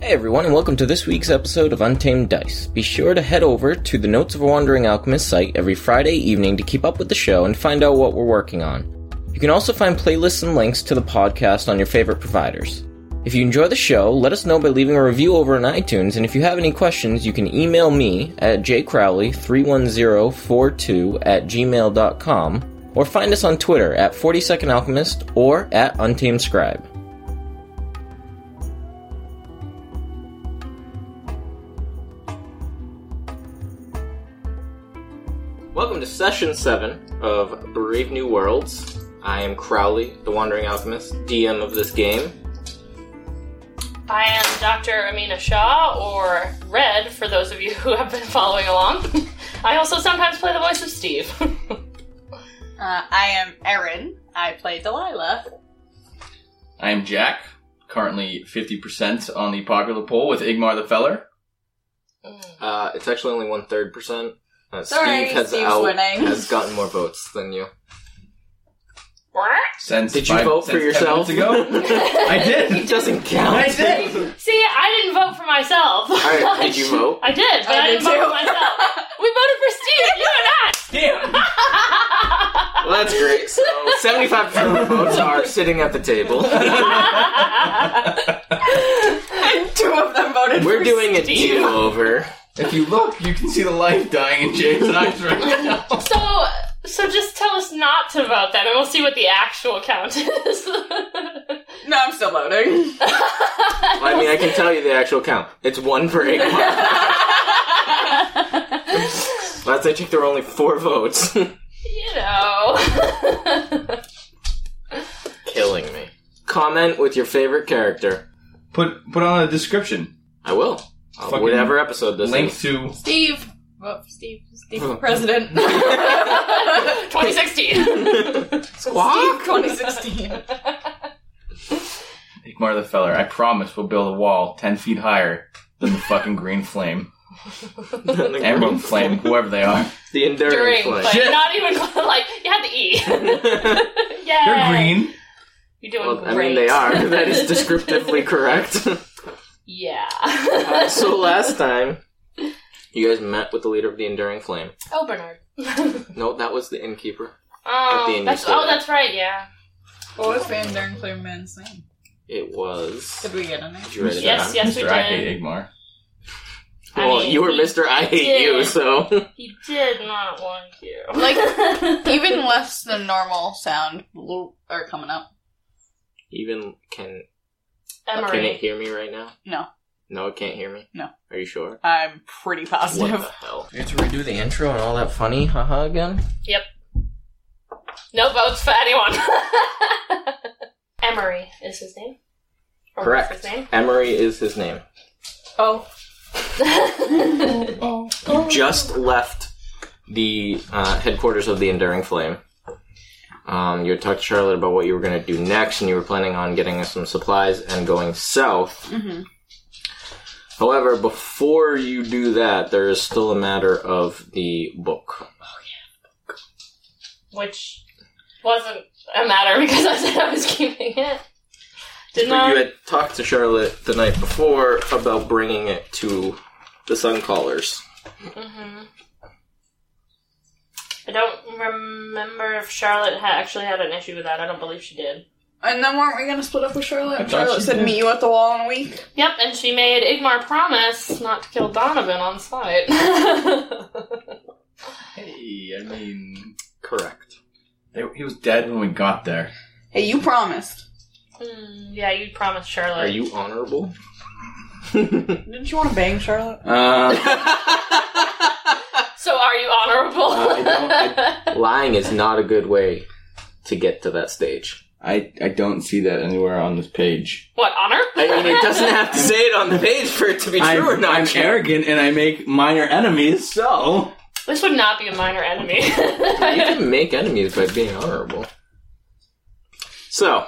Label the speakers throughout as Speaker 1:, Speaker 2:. Speaker 1: Hey everyone, and welcome to this week's episode of Untamed Dice. Be sure to head over to the Notes of a Wandering Alchemist site every Friday evening to keep up with the show and find out what we're working on. You can also find playlists and links to the podcast on your favorite providers. If you enjoy the show, let us know by leaving a review over on iTunes, and if you have any questions, you can email me at jcrowley31042 at gmail.com, or find us on Twitter at 42nd Alchemist or at Untamed Scribe. Welcome to session seven of Brave New Worlds. I am Crowley, the Wandering Alchemist, DM of this game.
Speaker 2: I am Dr. Amina Shaw, or Red, for those of you who have been following along. I also sometimes play the voice of Steve.
Speaker 3: Uh, I am Erin. I play Delilah.
Speaker 4: I am Jack, currently 50% on the popular poll with Igmar the Feller.
Speaker 1: Uh, it's actually only one third percent. Uh,
Speaker 3: Sorry,
Speaker 1: Steve has
Speaker 3: Steve's
Speaker 1: out
Speaker 3: winning.
Speaker 1: has gotten more votes than you.
Speaker 4: Since
Speaker 1: Did you
Speaker 4: five-
Speaker 1: vote for
Speaker 4: since ten
Speaker 1: yourself?
Speaker 4: minutes ago. I
Speaker 1: it
Speaker 4: did.
Speaker 1: doesn't
Speaker 4: I
Speaker 1: count.
Speaker 4: did.
Speaker 2: See, I didn't vote for myself.
Speaker 1: Alright, did you vote?
Speaker 2: I did, but
Speaker 3: I
Speaker 2: I,
Speaker 3: did
Speaker 2: didn't vote
Speaker 3: too.
Speaker 2: for myself. We voted for Steve, you and I!
Speaker 4: Damn.
Speaker 1: Well, that's great. So, seventy-five percent of the votes are sitting at the table.
Speaker 3: And two of them voted
Speaker 1: We're
Speaker 3: for
Speaker 1: doing a
Speaker 3: Steve.
Speaker 1: do over.
Speaker 4: If you look, you can see the light dying in James' eyes right now.
Speaker 2: So, so just tell us not to vote then, and we'll see what the actual count is.
Speaker 3: No, I'm still voting.
Speaker 1: I mean, I can tell you the actual count. It's one for Igmar. Last I checked, there were only four votes.
Speaker 2: you know.
Speaker 1: Killing me. Comment with your favorite character.
Speaker 4: Put put on a description.
Speaker 1: I will. Uh,
Speaker 4: Fucking
Speaker 1: whatever episode this
Speaker 4: Link
Speaker 1: is.
Speaker 4: to
Speaker 3: Steve. Vote for Steve. Steve for president. Steve
Speaker 2: 2016.
Speaker 3: 2016.
Speaker 4: Igmar the Feller. I promise we'll build a wall 10 feet higher than the fucking green flame. Emerald flame, whoever they are.
Speaker 1: The enduring
Speaker 2: During,
Speaker 1: flame.
Speaker 2: but
Speaker 4: Shit.
Speaker 2: not even like you had the E. Yay!
Speaker 4: They're green.
Speaker 2: You're doing
Speaker 1: well,
Speaker 2: great.
Speaker 1: I mean, they are. That is descriptively correct.
Speaker 2: Yeah.
Speaker 1: so last time, you guys met with the leader of the enduring flame.
Speaker 2: oh, Bernard.
Speaker 1: No, that was the innkeeper. At the end
Speaker 2: Oh,
Speaker 1: you
Speaker 2: that's,
Speaker 1: said
Speaker 2: oh,
Speaker 1: that.
Speaker 2: that's right. Yeah.
Speaker 3: what was Van Dern Clearman's name?
Speaker 1: It was.
Speaker 3: Did we get a name?
Speaker 1: Did you write it
Speaker 2: Yes,
Speaker 1: down?
Speaker 2: yes. we
Speaker 4: Mr. I
Speaker 2: did.
Speaker 4: hate Igmar.
Speaker 2: I
Speaker 1: Well,
Speaker 2: mean,
Speaker 1: you were
Speaker 2: he-
Speaker 1: Mr. I Hate
Speaker 2: did.
Speaker 1: You, so.
Speaker 2: He did not want you.
Speaker 3: Like, even less than normal sound l- are coming up.
Speaker 1: Even. Can, can it
Speaker 2: Emery.
Speaker 1: hear me right now?
Speaker 3: No,
Speaker 1: No, it can't hear me?
Speaker 3: No.
Speaker 1: Are you sure?
Speaker 3: I'm pretty
Speaker 1: What the
Speaker 3: positive.
Speaker 1: hell? You have to redo the intro and all that funny haha again?
Speaker 2: No votes for anyone. Emery is his name. Or was
Speaker 1: Correct.
Speaker 2: His name.
Speaker 1: Emery is his name.
Speaker 3: Oh,
Speaker 1: You just left the uh, headquarters of the Enduring Flame. Um, you had talked to Charlotte about what you were going to do next, and you were planning on getting us some supplies and going south.
Speaker 3: Mhm.
Speaker 1: However, before you do that, there is still a matter of the book.
Speaker 2: Which wasn't a matter because I said I was keeping it. Didn't
Speaker 1: But
Speaker 2: I?
Speaker 1: you had talked to Charlotte the night before about bringing it to the Sun Callers.
Speaker 2: hmm I don't remember if Charlotte ha- actually had an issue with that. I don't believe she did.
Speaker 3: and then weren't we gonna split up with
Speaker 4: I
Speaker 3: Charlotte?
Speaker 4: thought
Speaker 3: Charlotte
Speaker 4: she
Speaker 3: said
Speaker 4: did.
Speaker 3: meet you at the wall in a week.
Speaker 2: Yep, and she made Igmar promise not to kill Donovan on sight. Hmm,
Speaker 4: Hey, I mean,
Speaker 1: Correct.
Speaker 4: they, he was dead when we got there.
Speaker 3: Hey, you promised.
Speaker 2: Hmm, yeah, you promised
Speaker 1: Are
Speaker 2: Charlotte.
Speaker 1: you honorable?
Speaker 3: Didn't you want to bang Charlotte?
Speaker 1: Uh,
Speaker 2: so are you honorable?
Speaker 1: Uh, I don't- lying is not a good way to get to that stage.
Speaker 4: I, I don't see that anywhere on this page.
Speaker 2: what honor?
Speaker 1: I mean, it doesn't have to say it on the page for it to be true
Speaker 4: I'm,
Speaker 1: or not.
Speaker 4: I'm
Speaker 1: true.
Speaker 4: arrogant and I make minor enemies, so.
Speaker 2: This would not be a minor enemy.
Speaker 1: You can make enemies by being honorable. So,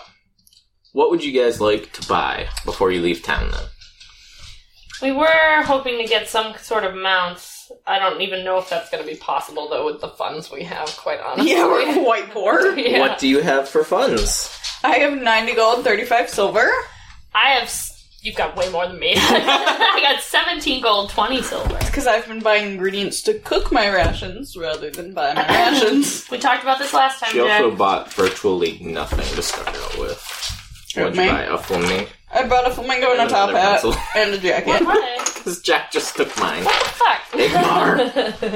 Speaker 1: what would you guys like to buy before you leave town then?
Speaker 2: we were hoping to get some sort of mounts. I don't even know if that's going to be possible though with the funds we have. Quite honestly.
Speaker 3: Yeah, we're quite poor.
Speaker 2: Yeah.
Speaker 1: What do you have for funds?
Speaker 3: I have 90 gold, 35 silver.
Speaker 2: I have. s- You've got way more than me. I got 17 gold, 20 silver.
Speaker 3: Because I've been buying ingredients to cook my rations rather than buy my rations.
Speaker 2: We talked about this last time,
Speaker 1: She
Speaker 2: Jack.
Speaker 1: also bought virtually nothing to start out with. What'd you
Speaker 3: Me?
Speaker 1: buy? A flamingo?
Speaker 3: I bought a flamingo and a top
Speaker 1: Another
Speaker 3: hat
Speaker 1: pencil.
Speaker 3: and a
Speaker 2: What
Speaker 3: jacket.
Speaker 2: am I?
Speaker 1: Because Jack just took mine.
Speaker 2: What the fuck?
Speaker 1: Big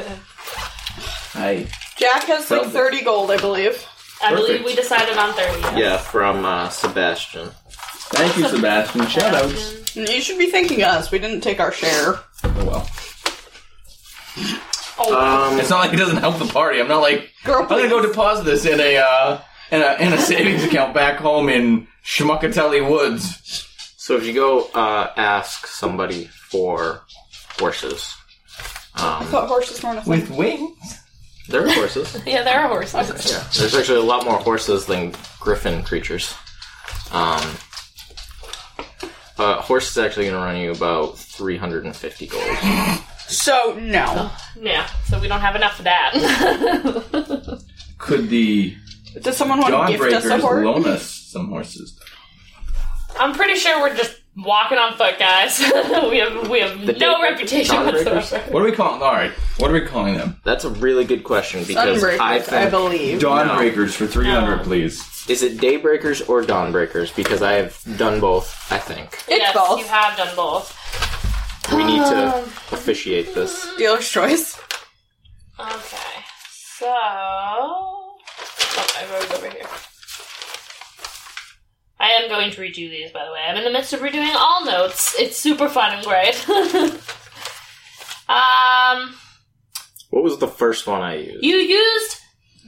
Speaker 4: I
Speaker 3: Jack has like
Speaker 1: Probably.
Speaker 3: 30 gold, I believe.
Speaker 2: I
Speaker 1: Perfect.
Speaker 2: believe we decided on 30.
Speaker 1: Yeah, from uh, Sebastian.
Speaker 4: thank you, Sebastian. Shout outs.
Speaker 2: Sebastian.
Speaker 3: You should be thanking us. We didn't take our share.
Speaker 4: Oh well.
Speaker 2: Oh,
Speaker 1: Um,
Speaker 4: It's not like it doesn't help the party. I'm not like
Speaker 3: Girl,
Speaker 4: I'm gonna go deposit this in a uh, in a in a savings account back home in Schmuckatelli Woods.
Speaker 1: so if you go uh, ask somebody for horses,
Speaker 3: I
Speaker 1: um,
Speaker 3: thought horses were nothing.
Speaker 4: With wings?
Speaker 1: there are horses.
Speaker 2: yeah, there are horses.
Speaker 1: Yeah, there's actually a lot more horses than griffin creatures. Um, uh, horse is actually going to run you about 350 gold.
Speaker 3: So, no.
Speaker 2: Yeah, so we don't have enough of that.
Speaker 4: Could the
Speaker 3: Does someone want to gift us a
Speaker 4: Dawnbreakers
Speaker 3: horse?
Speaker 4: loan us some horses?
Speaker 2: I'm pretty sure we're just walking on foot, guys. we have we have no
Speaker 1: Dawn-
Speaker 2: reputation
Speaker 1: Dawnbreakers?
Speaker 2: whatsoever.
Speaker 4: What are we calling? All right, what are we calling them?
Speaker 1: That's a really good question because
Speaker 3: Sunbreakers,
Speaker 1: I
Speaker 3: I,
Speaker 1: think
Speaker 3: believe.
Speaker 4: Dawnbreakers for three hundred,
Speaker 2: No.
Speaker 4: please.
Speaker 1: is it daybreakers or dawnbreakers because I have done both. I think
Speaker 3: It's
Speaker 2: yes,
Speaker 3: both.
Speaker 2: you have done both.
Speaker 1: we need to officiate this.
Speaker 3: Dealer's choice.
Speaker 2: Okay, so oh, I wrote it over here. I am going to redo these, by the way. I'm in the midst of redoing all notes. It's super fun and great. um,
Speaker 1: What was the first one I used?
Speaker 2: you used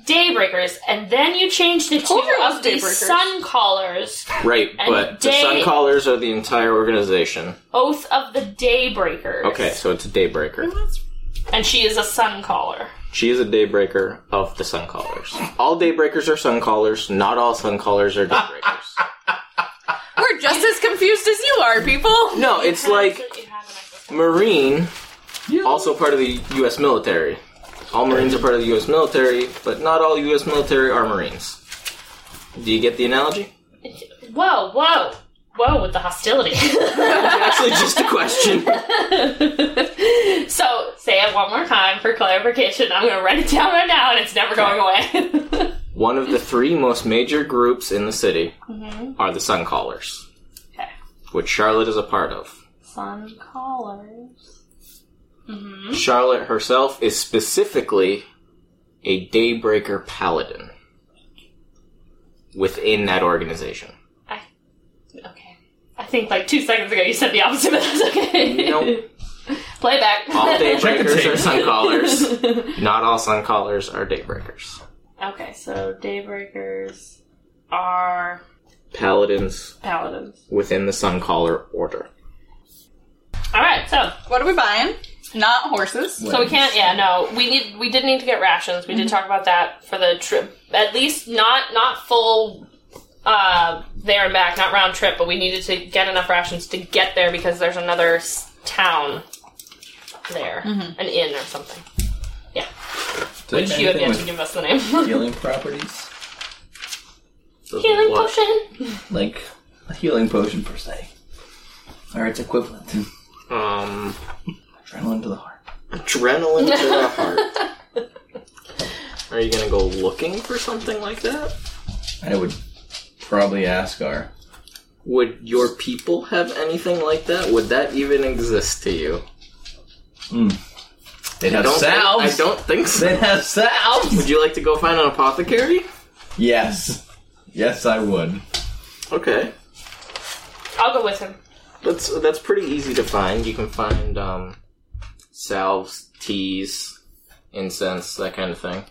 Speaker 2: Daybreakers, and then you changed it to
Speaker 3: told you it was
Speaker 2: of the
Speaker 3: Daybreakers.
Speaker 2: Sun Callers.
Speaker 1: right,
Speaker 2: and
Speaker 1: but the
Speaker 2: day-
Speaker 1: Sun Callers are the entire organization.
Speaker 2: Oath of the Daybreakers.
Speaker 1: Okay, so it's a daybreaker.
Speaker 2: And she is a sun caller.
Speaker 1: She is a daybreaker of the Sun Callers. All daybreakers are Sun Callers. Not all Sun Callers are daybreakers.
Speaker 3: We're just as confused as you are, people.
Speaker 1: No, it's like
Speaker 2: You have an extra-
Speaker 1: Marine, also part of the U.S. military. All Marines are part of the U.S. military, but not all U.S. military are Marines. Do you get the analogy?
Speaker 2: Whoa, whoa. Whoa, with the hostility.
Speaker 1: Actually, just a question.
Speaker 2: so, say it one more time for clarification. I'm going to write it down right now, and it's never going away.
Speaker 1: One of the three most major groups in the city are the Sun Callers,
Speaker 2: Okay.
Speaker 1: which Charlotte is a part of.
Speaker 2: sun callers.
Speaker 1: Charlotte herself is specifically a Daybreaker Paladin within that organization.
Speaker 2: Okay. I think like two seconds ago you said the opposite, but that's okay.
Speaker 1: Nope.
Speaker 2: Playback.
Speaker 1: All Daybreakers
Speaker 4: tape.
Speaker 1: are Sun Callers. Not all Sun Callers are Daybreakers.
Speaker 2: okay, so Daybreakers are
Speaker 1: Paladins
Speaker 2: paladins.
Speaker 1: within the Sun Caller Order.
Speaker 2: Alright, so
Speaker 3: What are we buying? Not horses.
Speaker 2: So we can't. Yeah, no. We need. We did need to get rations. We did talk about that for the trip. At least not not full uh, there and back, not round trip. But we needed to get enough rations to get there because there's another s- town there, an inn or something.
Speaker 4: Which
Speaker 2: You have yet to give us the name.
Speaker 4: healing properties,
Speaker 1: Doesn't
Speaker 2: Healing
Speaker 1: work.
Speaker 2: potion.
Speaker 4: like a healing potion per se, or its equivalent.
Speaker 1: Um,
Speaker 4: Adrenaline to the heart.
Speaker 1: adrenaline to the heart. Are you gonna go looking for something like that?
Speaker 4: I would probably ask our
Speaker 1: Would your people have anything like that? Would that even exist to you?
Speaker 4: They'd have
Speaker 1: Don't think-
Speaker 4: salves.
Speaker 1: I don't think so.
Speaker 4: They'd have salves.
Speaker 1: Would you like to go find an apothecary?
Speaker 4: Yes. Yes, I would.
Speaker 1: Okay,
Speaker 2: I'll go with him.
Speaker 1: that's that's pretty easy to find. You can find um, salves, teas, incense, that kind of thing.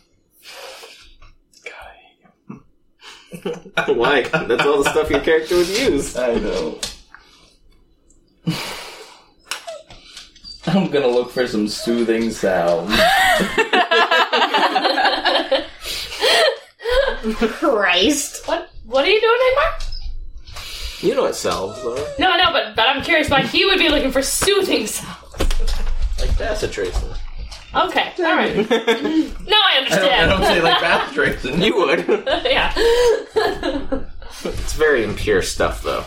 Speaker 1: Why? That's all the stuff your character would use.
Speaker 4: I know. I'm gonna look for some soothing salves.
Speaker 2: Christ. What? What are you doing, Ingmar?
Speaker 1: You know what salves are.
Speaker 2: No, no. But but I'm curious why he would be looking for soothing salve.
Speaker 1: Like that's a tracer.
Speaker 2: Okay. All right. No, I
Speaker 4: I don't, I
Speaker 2: understand.
Speaker 4: don't say like bath drinks. and
Speaker 1: You would.
Speaker 2: yeah.
Speaker 1: It's very impure stuff, though.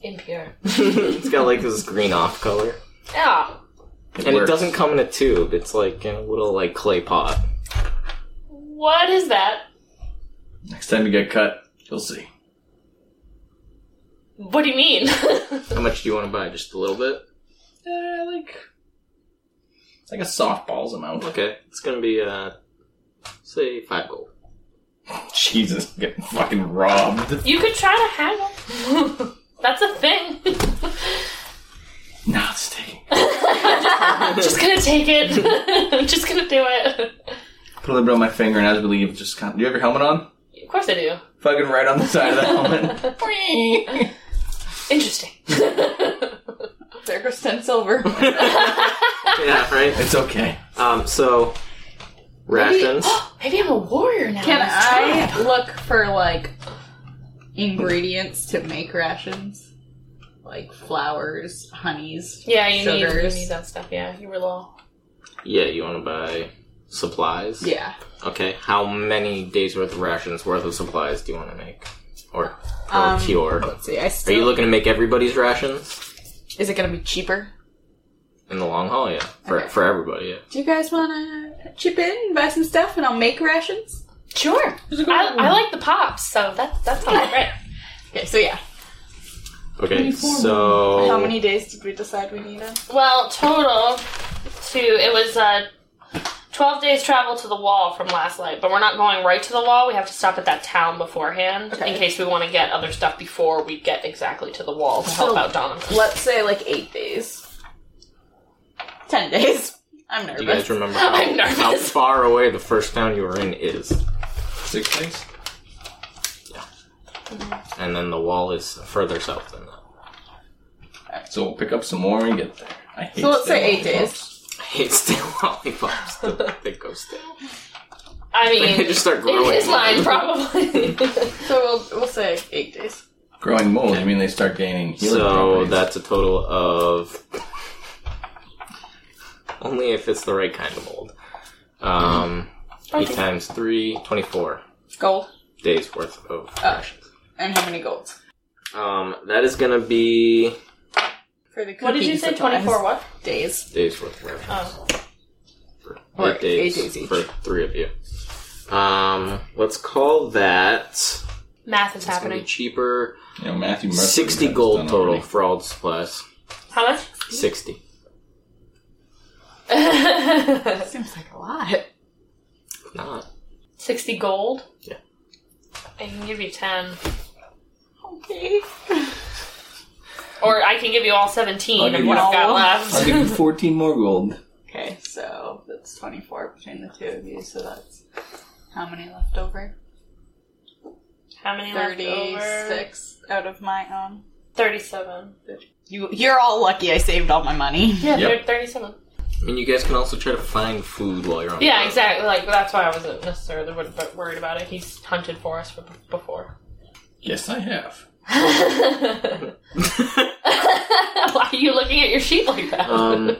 Speaker 2: impure.
Speaker 1: it's got like this green off color.
Speaker 2: Yeah.
Speaker 1: and
Speaker 4: works.
Speaker 1: it doesn't come in a tube. It's like in a little like clay pot.
Speaker 2: What is that?
Speaker 4: Next time you get cut, you'll see.
Speaker 2: What do you mean?
Speaker 1: How much do you want to buy? Just a little bit.
Speaker 4: Uh, like, like a softball's amount.
Speaker 1: Okay, it's gonna be uh, say five gold.
Speaker 4: Jesus, I'm getting fucking robbed.
Speaker 2: you could try to haggle. That's a thing.
Speaker 4: Nah, it's taking.
Speaker 2: I'm just gonna take it. I'm just gonna do it.
Speaker 4: Put a little bit on my finger, and as we leave, just kind of, do you have your helmet on?
Speaker 2: Of course I do.
Speaker 4: Fucking right on the side of the helmet.
Speaker 2: Interesting.
Speaker 3: There goes ten silver.
Speaker 1: yeah, right.
Speaker 4: it's okay.
Speaker 1: Um, so rations.
Speaker 2: Maybe I'm a warrior now.
Speaker 3: Can
Speaker 2: Let's try it.
Speaker 3: I look for like ingredients to make rations? Like flowers, honeys.
Speaker 2: Yeah, you need, you
Speaker 3: Sugars.
Speaker 2: need that stuff. Yeah, you were low.
Speaker 1: yeah, you want to buy supplies.
Speaker 3: Yeah.
Speaker 1: Okay. How many days worth of rations worth of supplies do you want to make, or, or
Speaker 3: Um,
Speaker 1: cure?
Speaker 3: Let's see. I
Speaker 1: Are
Speaker 3: still,
Speaker 1: you looking to make everybody's rations
Speaker 3: Is it gonna be cheaper?
Speaker 1: in the long haul? Yeah, for
Speaker 3: Okay.
Speaker 1: for everybody. Yeah.
Speaker 3: Do you guys wanna chip in, buy some stuff, and I'll make rations?
Speaker 2: Sure. I, I like the pops, so that that sounds great.
Speaker 3: Okay, so yeah.
Speaker 1: Okay. So
Speaker 3: How many days did we decide we needed?
Speaker 2: Well, total to it was uh, twelve days travel to the wall from last light, but we're not going right to the wall. We have to stop at that town beforehand
Speaker 3: Okay.
Speaker 2: in case we want to get other stuff before we get exactly to the wall to help
Speaker 3: So-
Speaker 2: out Donna.
Speaker 3: Let's say like eight days. Ten days. I'm nervous.
Speaker 1: Do you guys remember how,
Speaker 2: I'm nervous.
Speaker 1: how far away the first town you were in is?
Speaker 4: Six things?
Speaker 1: And then the wall is further south than that.
Speaker 4: So we'll pick up some more and get there. I hate
Speaker 3: So let's say
Speaker 4: stealing
Speaker 3: eight days.
Speaker 4: lollipops.
Speaker 1: I hate stale lollipops. The- they go stale.
Speaker 2: I mean,
Speaker 1: They just start growing.
Speaker 2: it is mine probably.
Speaker 3: So we'll, we'll say eight days.
Speaker 4: Growing mold, I mean they start gaining healing
Speaker 1: So
Speaker 4: properties.
Speaker 1: that's a total of. Only if it's the right kind of mold. Um, 8
Speaker 2: Okay.
Speaker 1: times 3, 24
Speaker 3: Gold.
Speaker 1: days worth of
Speaker 3: Oh.
Speaker 1: rations.
Speaker 3: And how many golds?
Speaker 1: Um, that is gonna be
Speaker 3: For the
Speaker 2: what did you
Speaker 3: cooking
Speaker 2: say?
Speaker 3: supplies.
Speaker 2: Twenty four? What?
Speaker 3: days?
Speaker 1: days worth of rations.
Speaker 2: Oh,
Speaker 1: for eight,
Speaker 3: Or eight
Speaker 1: days,
Speaker 3: days each.
Speaker 1: for three of you. Um, let's call that. It's
Speaker 2: math
Speaker 1: gonna
Speaker 2: is
Speaker 1: be
Speaker 2: happening.
Speaker 1: cheaper.
Speaker 4: You know, Matthew Mercer
Speaker 1: Sixty
Speaker 4: has
Speaker 1: gold
Speaker 4: done
Speaker 1: total
Speaker 4: already.
Speaker 1: for all the supplies.
Speaker 2: How much?
Speaker 1: Sixty.
Speaker 3: Seems like a lot.
Speaker 1: Not.
Speaker 2: Sixty gold.
Speaker 1: Yeah.
Speaker 2: I can give you ten,
Speaker 3: Okay.
Speaker 2: or I can give you all seventeen
Speaker 4: I'll
Speaker 2: of
Speaker 4: give
Speaker 2: what
Speaker 4: you
Speaker 2: I've got
Speaker 3: all.
Speaker 4: I'll
Speaker 2: left.
Speaker 4: give you 14 more gold.
Speaker 3: Okay, so that's 24 between the two of you, so that's how many left over?
Speaker 2: How many left over?
Speaker 3: 36 out of my own.
Speaker 2: Thirty-seven.
Speaker 3: You, you're all lucky I saved all my money.
Speaker 2: Yeah,
Speaker 4: Yep.
Speaker 2: thir- thirty-seven.
Speaker 1: I mean, you guys can also try to find food while you're on. the
Speaker 2: Yeah,
Speaker 1: road.
Speaker 2: exactly. Like that's why I wasn't necessarily wor- but worried about it. He's hunted for us for, before.
Speaker 4: Yes, I have.
Speaker 2: why are you looking at your sheet like that?
Speaker 1: Um,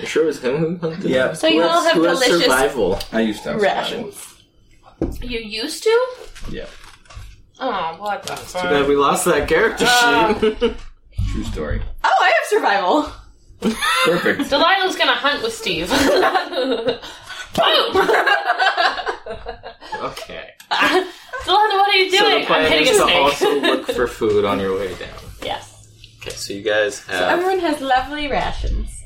Speaker 1: You sure it was him who hunted?
Speaker 4: Yeah.
Speaker 1: us?
Speaker 3: So you
Speaker 1: Who
Speaker 3: all
Speaker 1: has-
Speaker 3: have
Speaker 1: who has
Speaker 3: delicious-
Speaker 1: survival.
Speaker 4: I used to have
Speaker 3: Rations.
Speaker 2: you used to?
Speaker 4: survival. Yeah,
Speaker 2: Oh, what
Speaker 1: Too
Speaker 2: the
Speaker 1: bad
Speaker 2: fuck?
Speaker 1: we lost that character
Speaker 2: Uh.
Speaker 1: sheet.
Speaker 4: true story.
Speaker 3: Oh, I have survival.
Speaker 4: Perfect.
Speaker 2: Delilah's gonna hunt with Steve. Boom!
Speaker 1: okay.
Speaker 2: Delilah, what are you
Speaker 1: so
Speaker 2: doing?
Speaker 1: the plan
Speaker 2: I'm hitting a
Speaker 1: is to
Speaker 2: snake.
Speaker 1: also look for food on your way down.
Speaker 2: yes.
Speaker 1: Okay, so you guys have.
Speaker 3: Everyone has lovely rations.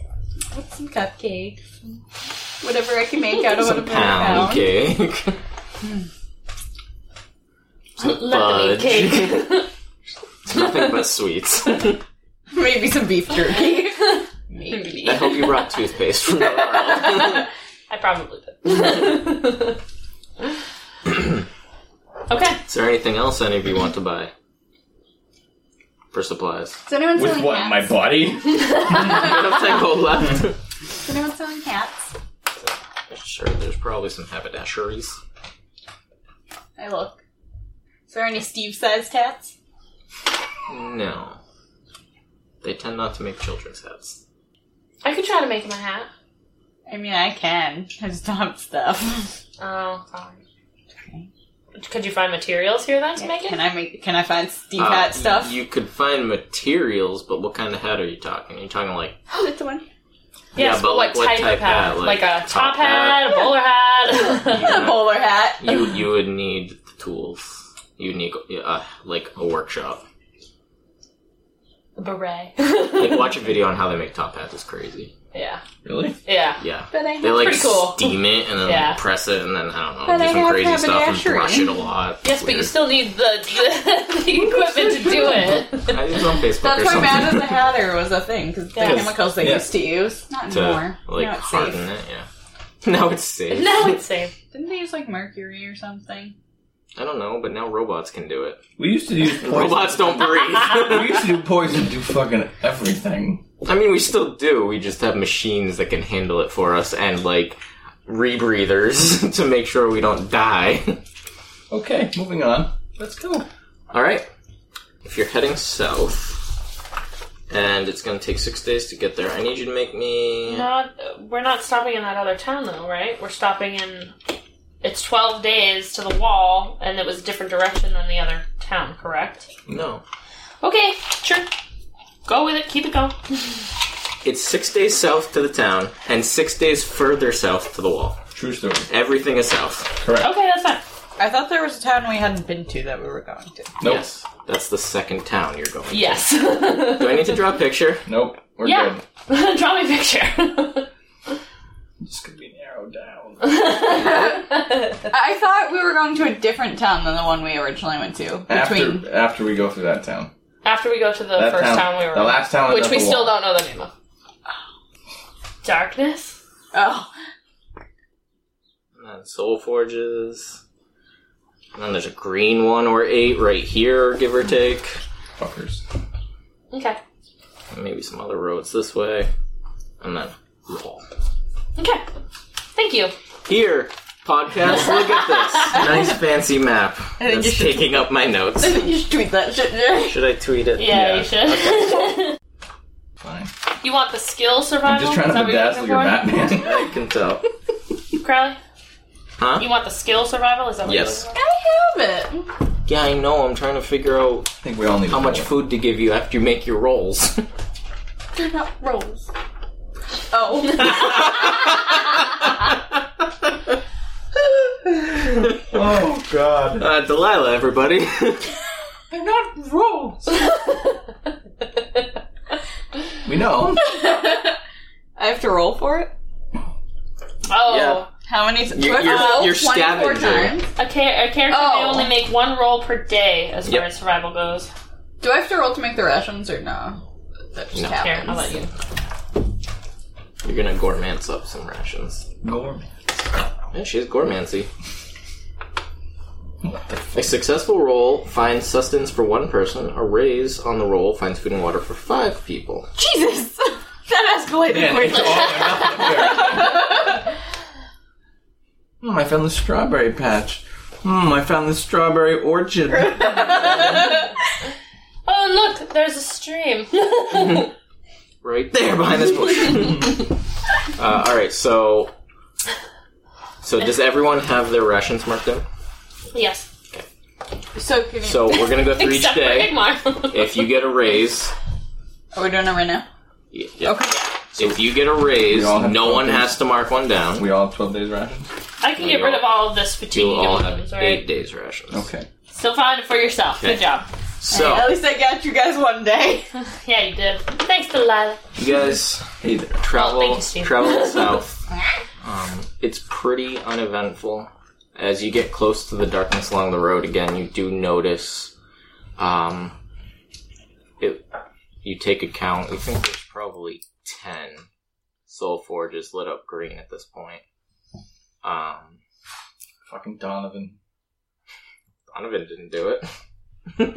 Speaker 3: With some cupcakes. Whatever I can make out of
Speaker 1: some
Speaker 3: whatever
Speaker 1: pound
Speaker 3: I found.
Speaker 1: cake. Some fudge.
Speaker 2: Lemonade cake.
Speaker 1: Nothing but sweets. I
Speaker 3: Maybe some beef jerky. Maybe.
Speaker 1: hope you brought toothpaste from tomorrow.
Speaker 2: I probably did. okay.
Speaker 1: Is there anything else any of you want to buy for supplies?
Speaker 3: Is anyone
Speaker 4: With
Speaker 3: selling
Speaker 4: what?
Speaker 3: hats?
Speaker 4: My body?
Speaker 1: You have ten gold left.
Speaker 3: Is anyone selling hats?
Speaker 1: Sure, there's probably some haberdasheries.
Speaker 3: I look. Is there any Steve-sized hats?
Speaker 1: No, they tend not to make children's hats.
Speaker 2: I could try to make him a hat.
Speaker 3: I mean, I can. I just don't have stuff.
Speaker 2: Oh, sorry. Could you find materials here then to make it?
Speaker 3: Can I make? Can I find Steve
Speaker 1: Uh,
Speaker 3: Hat stuff?
Speaker 1: You could find materials, but what kind of hat are you talking? Are you talking like
Speaker 3: That's Oh, the one.
Speaker 1: Yeah,
Speaker 2: yes,
Speaker 1: but,
Speaker 2: but
Speaker 1: like, what type
Speaker 2: of hat?
Speaker 1: hat? Like,
Speaker 2: Like, a
Speaker 1: top
Speaker 2: top
Speaker 1: hat?
Speaker 2: hat, a bowler hat.
Speaker 3: A bowler hat.
Speaker 1: you you would need the tools. You would need uh, like a workshop.
Speaker 2: A beret.
Speaker 1: Like watch a video on how they make top hats. It's crazy.
Speaker 2: yeah.
Speaker 4: Really?
Speaker 2: Yeah.
Speaker 1: Yeah.
Speaker 3: But I
Speaker 1: They like
Speaker 2: Pretty cool.
Speaker 1: steam it and then
Speaker 2: Yeah.
Speaker 1: press it and then I don't know
Speaker 3: But I
Speaker 1: do some
Speaker 3: have
Speaker 1: crazy stuff and
Speaker 3: haberdashery.
Speaker 1: brush it a lot.
Speaker 2: Yes, but you still need the, the, the equipment to do it.
Speaker 1: I think it's on Facebook
Speaker 3: That's
Speaker 1: or
Speaker 3: why
Speaker 1: something.
Speaker 3: Mad as the Hatter was a thing because the
Speaker 2: Yeah.
Speaker 3: chemicals they
Speaker 4: Yeah.
Speaker 3: used to use. Not
Speaker 1: to
Speaker 3: anymore.
Speaker 1: like
Speaker 3: no, it's
Speaker 1: harden
Speaker 3: safe.
Speaker 1: it. Yeah. Now it's safe.
Speaker 2: No, it's safe.
Speaker 3: Didn't they use like mercury or something?
Speaker 1: I don't know, but now robots can do it.
Speaker 4: We used to use
Speaker 1: Robots don't breathe.
Speaker 4: we used to do poison to fucking everything.
Speaker 1: I mean, we still do. We just have machines that can handle it for us and like rebreathers to make sure we don't die.
Speaker 4: Okay, moving on. Let's go.
Speaker 1: All right. If you're heading south, and it's going to take six days to get there, I need you to make me.
Speaker 2: Not, we're not stopping in that other town though, right? We're stopping in. It's twelve days to the wall, and it was a different direction than the other town, correct?
Speaker 1: No.
Speaker 2: Okay, sure. Go with it. Keep it going.
Speaker 1: It's six days south to the town, and six days further south to the wall.
Speaker 4: True story.
Speaker 1: Everything is south.
Speaker 4: Correct.
Speaker 2: Okay, that's fine.
Speaker 3: I thought there was a town we hadn't been to that we were going to.
Speaker 4: Nope.
Speaker 1: Yes, that's the second town you're going.
Speaker 2: Yes.
Speaker 1: Do I need to draw a picture?
Speaker 4: Nope. We're
Speaker 2: Yeah.
Speaker 4: good.
Speaker 2: Draw me a picture.
Speaker 4: This could be narrowed down.
Speaker 3: I thought we were going to a different town than the one we originally went to. Between
Speaker 4: after after we go through that town.
Speaker 2: After we go to the
Speaker 4: That
Speaker 2: first town we were
Speaker 4: The last town
Speaker 2: in,
Speaker 4: was
Speaker 2: which
Speaker 4: at
Speaker 2: we
Speaker 4: the
Speaker 2: still
Speaker 4: wall.
Speaker 2: don't know the name of. Darkness?
Speaker 3: oh,
Speaker 1: And then Soul Forges. And then there's a green one or eight right here, give or take.
Speaker 4: Fuckers.
Speaker 2: Okay.
Speaker 1: And maybe some other roads this way. And then wall.
Speaker 2: Okay. Thank you.
Speaker 1: Here, podcast, look at this. Nice fancy map.
Speaker 3: think you
Speaker 1: It's
Speaker 3: should-
Speaker 1: taking up my notes.
Speaker 3: I think you should tweet that shit. Jerry.
Speaker 1: Should I tweet it?
Speaker 2: Yeah, you should.
Speaker 4: Fine.
Speaker 2: you want the skill survival?
Speaker 4: I'm just trying
Speaker 2: Is that
Speaker 4: to
Speaker 2: what you're
Speaker 4: bedazzle
Speaker 2: looking
Speaker 4: your
Speaker 2: for?
Speaker 4: Batman.
Speaker 1: I can tell.
Speaker 2: Crowley?
Speaker 1: Huh?
Speaker 2: You want the skill survival? Is that what
Speaker 1: Yes.
Speaker 2: you're
Speaker 3: I have it.
Speaker 1: Yeah, I know. I'm trying to figure out
Speaker 4: I think we all need.
Speaker 1: how
Speaker 4: to
Speaker 1: much
Speaker 4: know.
Speaker 1: food to give you after you make your rolls.
Speaker 3: They're not rolls. Oh,
Speaker 4: Oh God.
Speaker 1: Uh, Delilah, everybody.
Speaker 4: They're not rolls. we know.
Speaker 3: I have to roll for it.
Speaker 2: Oh.
Speaker 3: How many? do I
Speaker 1: You're-
Speaker 3: have to
Speaker 1: you're-
Speaker 3: roll
Speaker 1: you're
Speaker 3: 24
Speaker 1: scavenger.
Speaker 3: times?
Speaker 2: A, char- a character may
Speaker 3: Oh.
Speaker 2: only make one roll per day as far
Speaker 1: Yep.
Speaker 2: as survival goes.
Speaker 3: Do I have to roll to make the rations or no? That just
Speaker 1: No.
Speaker 2: Here,
Speaker 3: happens.
Speaker 2: I'll let you.
Speaker 1: You're gonna gourmance up some rations.
Speaker 4: Gorman.
Speaker 1: Yeah, she has gourmancy. A successful roll finds sustenance for one person. A raise on the roll finds food and water for five people.
Speaker 3: Jesus, that escalated
Speaker 4: Man, it's
Speaker 3: quickly.
Speaker 4: all or nothing apparently. Hmm, I found the strawberry patch. Hmm, I found the strawberry orchard.
Speaker 2: Oh, look, there's a stream.
Speaker 1: Mm-hmm. right there behind this bush.
Speaker 4: Hmm,
Speaker 1: uh, all right, so so does everyone have their rations marked in?
Speaker 2: yes.
Speaker 3: So, can you,
Speaker 1: So we're gonna go through each
Speaker 2: Except
Speaker 1: day.
Speaker 2: for Igmar.
Speaker 1: If you get a raise,
Speaker 3: are we doing it right now?
Speaker 1: y- yeah.
Speaker 3: Okay.
Speaker 1: if you get a raise,
Speaker 4: We all have
Speaker 1: no one
Speaker 4: tokens.
Speaker 1: has to mark one down.
Speaker 4: we all have 12 days rations?
Speaker 2: I can
Speaker 1: We
Speaker 2: get rid
Speaker 1: all-
Speaker 2: of all of this fatigue.
Speaker 1: You all have
Speaker 2: items, all
Speaker 1: eight
Speaker 2: right?
Speaker 1: days rations.
Speaker 4: Okay.
Speaker 2: Still find it for yourself.
Speaker 1: Okay.
Speaker 2: Good job.
Speaker 3: At
Speaker 1: So
Speaker 3: least I got you guys one day.
Speaker 2: Yeah, you did. Thanks, Delilah.
Speaker 1: you guys
Speaker 4: Hey there.
Speaker 1: travel
Speaker 2: Oh, thank you, Steve.
Speaker 1: travel south. Um, it's pretty uneventful. As you get close to the darkness along the road again, you do notice. Um, it, you take account. You think there's probably ten soul forges lit up green at this point. Um,
Speaker 4: Fucking Donovan.
Speaker 1: Donovan didn't do it.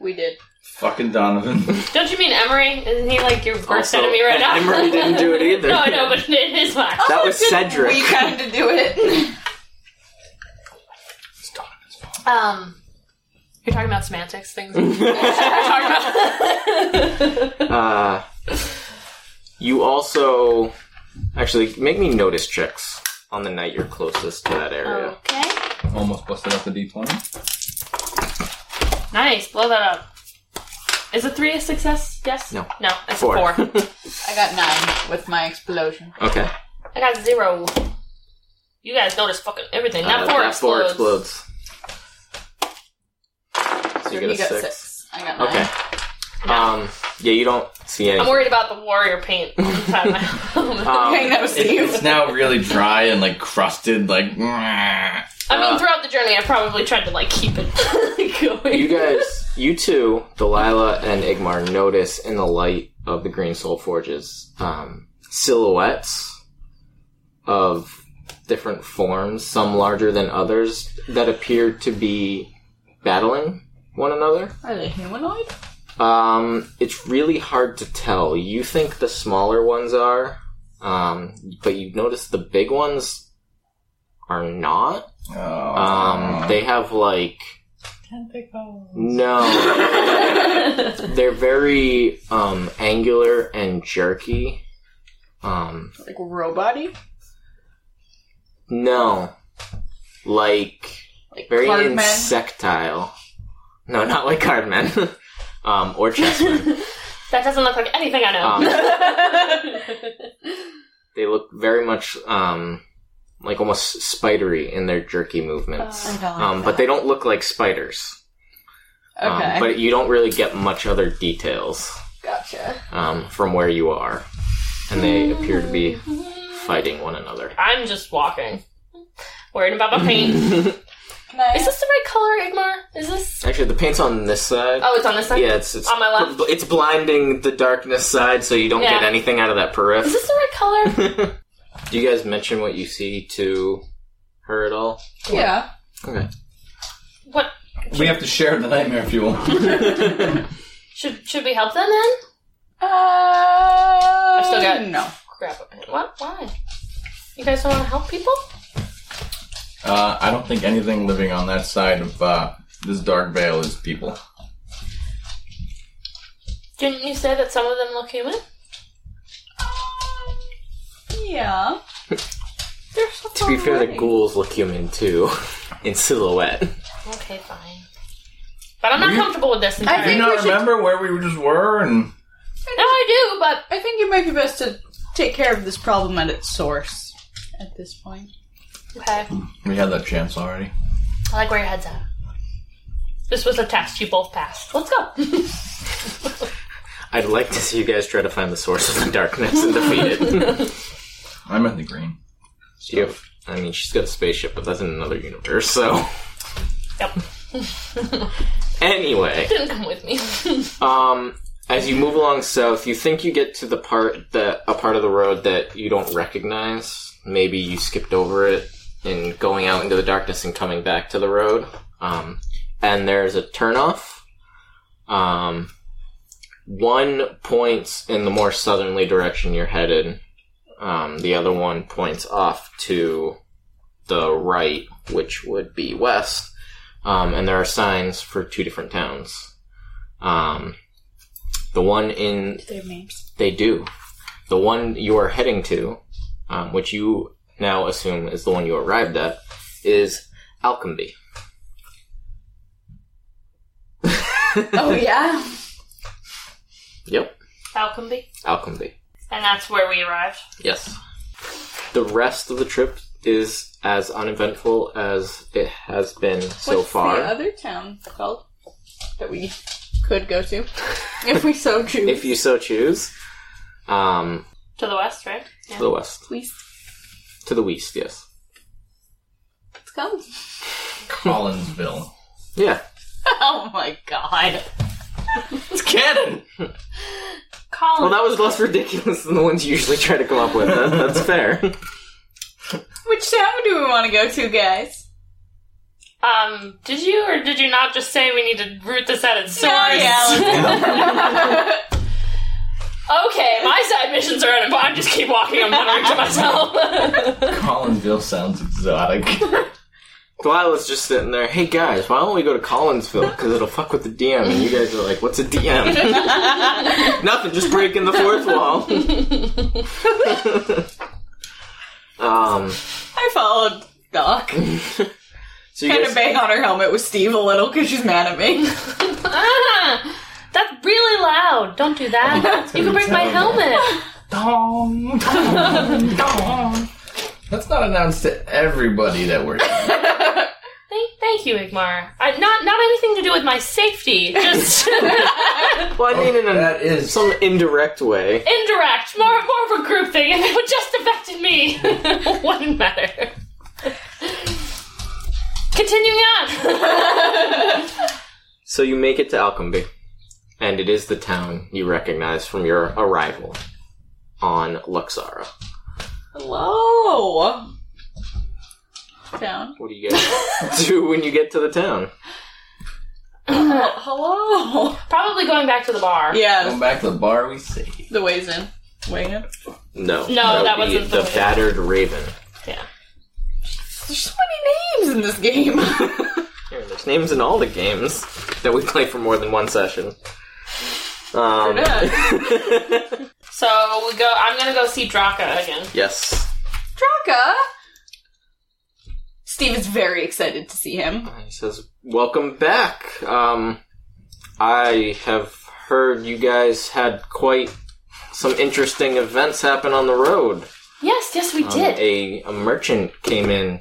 Speaker 3: We did.
Speaker 4: Fucking Donovan.
Speaker 2: Don't you mean Emery? Isn't he like your worst
Speaker 1: Also,
Speaker 2: enemy right now?
Speaker 1: Emery didn't do it either.
Speaker 2: no, I know, but it is mine.
Speaker 1: That was Cedric.
Speaker 3: We kind of do it.
Speaker 4: it's Donovan's fault.
Speaker 2: Um, you're talking about semantics things. You're talking about.
Speaker 1: Uh, you
Speaker 2: Oh.
Speaker 1: also actually make me notice checks on the night you're closest to that area.
Speaker 2: okay.
Speaker 4: Almost busted up the D20.
Speaker 2: Nice. Blow that up. Is a three a success? Yes.
Speaker 1: No.
Speaker 2: No. It's a four.
Speaker 3: I got nine with my explosion.
Speaker 1: okay.
Speaker 2: I got zero. You guys notice fucking everything. That
Speaker 1: Uh,
Speaker 2: four
Speaker 1: that
Speaker 2: explodes.
Speaker 1: four explodes. So you
Speaker 3: So
Speaker 1: get
Speaker 3: he
Speaker 1: a
Speaker 3: got
Speaker 1: six.
Speaker 3: six. I got nine.
Speaker 1: Okay. Um. Yeah, you don't see any.
Speaker 2: I'm worried about the warrior paint inside my helmet.
Speaker 1: Um,
Speaker 3: Okay, that was
Speaker 4: It,
Speaker 3: you.
Speaker 4: it's now really dry and like crusted, like. oh. "Mwah."
Speaker 2: I
Speaker 1: uh,
Speaker 2: mean, throughout the journey, I probably tried to like keep it going.
Speaker 1: you guys, you two, Delilah and Igmar, notice in the light of the Green Soul Forges um, silhouettes of different forms, some larger than others, that appear to be battling one another.
Speaker 3: Are they humanoid?
Speaker 1: Um, it's really hard to tell. You think the smaller ones are, um, but you notice the big ones are not.
Speaker 4: Oh.
Speaker 1: Um, they have like no, they're very um angular and jerky. Um,
Speaker 3: Like robot-y?
Speaker 1: no, like
Speaker 3: Like
Speaker 1: very
Speaker 3: Clark men?
Speaker 1: insectile. No, not like cardmen, um, or chessmen.
Speaker 2: that doesn't look like anything I know.
Speaker 1: Um, they look very much um like almost spidery in their jerky movements.
Speaker 3: I don't like
Speaker 1: um, but
Speaker 3: that.
Speaker 1: they don't look like spiders. Um,
Speaker 3: Okay.
Speaker 1: but you don't really get much other details
Speaker 3: gotcha.
Speaker 1: um, from where you are. And they appear to be fighting one another.
Speaker 2: I'm just walking, worried about my paint.
Speaker 1: Actually,
Speaker 3: Can I
Speaker 2: Is this the right color, Igmar? Is this?
Speaker 1: the paint's on this side.
Speaker 2: Oh, it's on this side.
Speaker 1: yeah, it's, it's
Speaker 2: On my left?
Speaker 1: bl- It's blinding the darkness side, so you don't get
Speaker 2: Yeah.
Speaker 1: anything out of that
Speaker 2: Is
Speaker 1: periph.
Speaker 2: this the right color?
Speaker 1: Do you guys mention what you see to her at all?
Speaker 3: Yeah.
Speaker 1: Okay.
Speaker 2: what
Speaker 4: we have to share the nightmare fuel.
Speaker 2: should should we help them then?
Speaker 3: Uh, I
Speaker 2: still got-
Speaker 3: no.
Speaker 2: Grab a pen. What? Why? You guys don't want to help people?
Speaker 4: Uh, I don't think anything living on that side of uh, this dark veil is people.
Speaker 2: Didn't you say that some of them look human?
Speaker 3: Yeah.
Speaker 2: They're so
Speaker 1: To be fair, the
Speaker 3: Alrighty.
Speaker 1: ghouls look human too, in silhouette.
Speaker 2: Okay, fine. But I'm not comfortable with this.
Speaker 3: I
Speaker 4: Do you
Speaker 3: think-
Speaker 2: Entire-
Speaker 3: we
Speaker 4: not
Speaker 3: should-
Speaker 4: remember where we just were? And
Speaker 2: no, I do, but
Speaker 3: I think it might be best to take care of this problem at its source at this point.
Speaker 2: okay.
Speaker 4: we had that chance already.
Speaker 2: I like where your head's at. This was a test. You both passed. Let's go.
Speaker 1: I'd like to see you guys try to find the source of the darkness and defeat it.
Speaker 4: I'm in the green.
Speaker 1: Do you have- I mean, she's got a spaceship, but that's in another universe, so.
Speaker 2: yep.
Speaker 1: Anyway,
Speaker 2: Didn't come with me.
Speaker 1: um, as you move along south, you think you get to the part that a part of the road that you don't recognize. Maybe you skipped over it in going out into the darkness and coming back to the road. Um, and there's a turnoff. Um, one points in the more southerly direction you're headed. Um, the other one points off to the right, which would be west. Um, and there are signs for two different towns. Um, the one in
Speaker 3: Their names.
Speaker 1: they do, the one you are heading to, um, which you now assume is the one you arrived at, is Alchemy.
Speaker 3: Oh yeah.
Speaker 1: Yep,
Speaker 2: Falconby.
Speaker 1: Alchemy.
Speaker 2: And that's where we arrived.
Speaker 1: Yes. The rest of the trip is as uneventful as it has been so
Speaker 3: What's
Speaker 1: far.
Speaker 3: the other town called that we could go to if we so choose?
Speaker 1: if you so choose, um,
Speaker 2: To the west, right?
Speaker 1: to the west,
Speaker 3: please,
Speaker 1: to the west. Yes.
Speaker 3: let's go.
Speaker 4: Collinsville.
Speaker 1: Yeah.
Speaker 3: Oh my god.
Speaker 4: It's canon!
Speaker 2: Colin.
Speaker 1: Well, that was less ridiculous than the ones you usually try to come up with. That- that's fair.
Speaker 3: Which town do we want to go to, guys?
Speaker 2: um, did you or did you not just say we need to root this out at source? Okay, my side missions are on, but I'm just keep walking. I'm muttering to myself.
Speaker 4: Collinsville sounds exotic.
Speaker 1: Delilah's just sitting there, hey guys, why don't we go to Collinsville? Because it'll fuck with the DM. And you guys are like, what's a DM? Nothing, just breaking the fourth wall. um,
Speaker 3: I followed Doc.
Speaker 1: So you
Speaker 3: Kind of
Speaker 1: guys,
Speaker 3: bang on her helmet with Steve a little because she's mad at me.
Speaker 2: Ah, that's really loud. Don't do that. you can break my helmet.
Speaker 4: Dong, dong, dong. Let's not announce to everybody that we're.
Speaker 2: Thank, thank you, Igmar. I, not not anything to do with my safety. Just
Speaker 1: well, I mean, in a,
Speaker 4: That is.
Speaker 1: some indirect way.
Speaker 2: indirect, more more of a group thing, and it would just affected me. Wouldn't matter. Continuing on.
Speaker 1: So you make it to Alcombe, and it is the town you recognize from your arrival on Luxara.
Speaker 3: Hello. Down.
Speaker 1: What do you guys do when you get to the town?
Speaker 3: Hello.
Speaker 2: Probably going back to the bar.
Speaker 3: Yeah,
Speaker 4: Going back to the bar, we see.
Speaker 3: the way's in. Way in.
Speaker 1: No,
Speaker 2: No,
Speaker 1: that
Speaker 2: that
Speaker 1: would be
Speaker 2: wasn't
Speaker 1: the
Speaker 2: the way.
Speaker 1: battered raven.
Speaker 3: There's so many names in this game.
Speaker 1: Here, there's names in all the games that we play for more than one session. Um,
Speaker 2: So we go. I'm gonna go see Draka again.
Speaker 1: yes,
Speaker 3: Draka. Steve is very excited to see him.
Speaker 1: he says, "Welcome back. Um, I have heard you guys had quite some interesting events happen on the road.
Speaker 2: Yes, yes, we
Speaker 1: Um,
Speaker 2: did.
Speaker 1: a, a merchant came in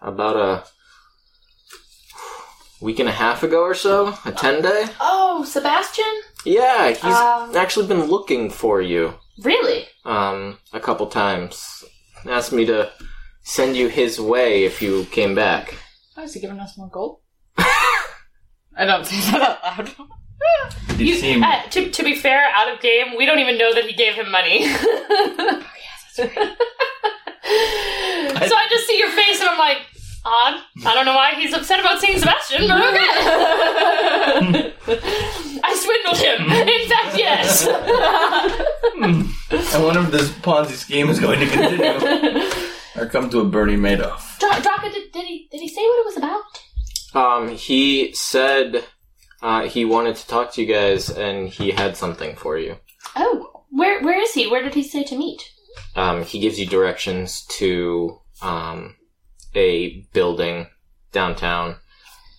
Speaker 1: about a week and a half ago or so, a ten day.
Speaker 2: oh, Sebastian,
Speaker 1: Yeah, he's
Speaker 2: Um,
Speaker 1: actually been looking for you."
Speaker 2: really?
Speaker 1: um, a couple times. Asked me to send you his way if you came back.
Speaker 3: Oh, is he giving us more gold? I don't say that out loud. Oh,
Speaker 4: Did you, see him?
Speaker 2: uh, to, to be fair, out of game, we don't even know that he gave him money. Oh, so I just see your face and I'm like, odd. I don't know why he's upset about seeing Sebastian, but okay. I swindled him. In fact, yes.
Speaker 4: I wonder if this Ponzi scheme is going to continue or come to a Bernie Madoff.
Speaker 2: Dra- Draka, did, did he did he say what it was about?
Speaker 1: Um, he said uh, he wanted to talk to you guys and he had something for you.
Speaker 2: Oh, where where is he? Where did he say to meet?
Speaker 1: Um, he gives you directions to um, a building downtown.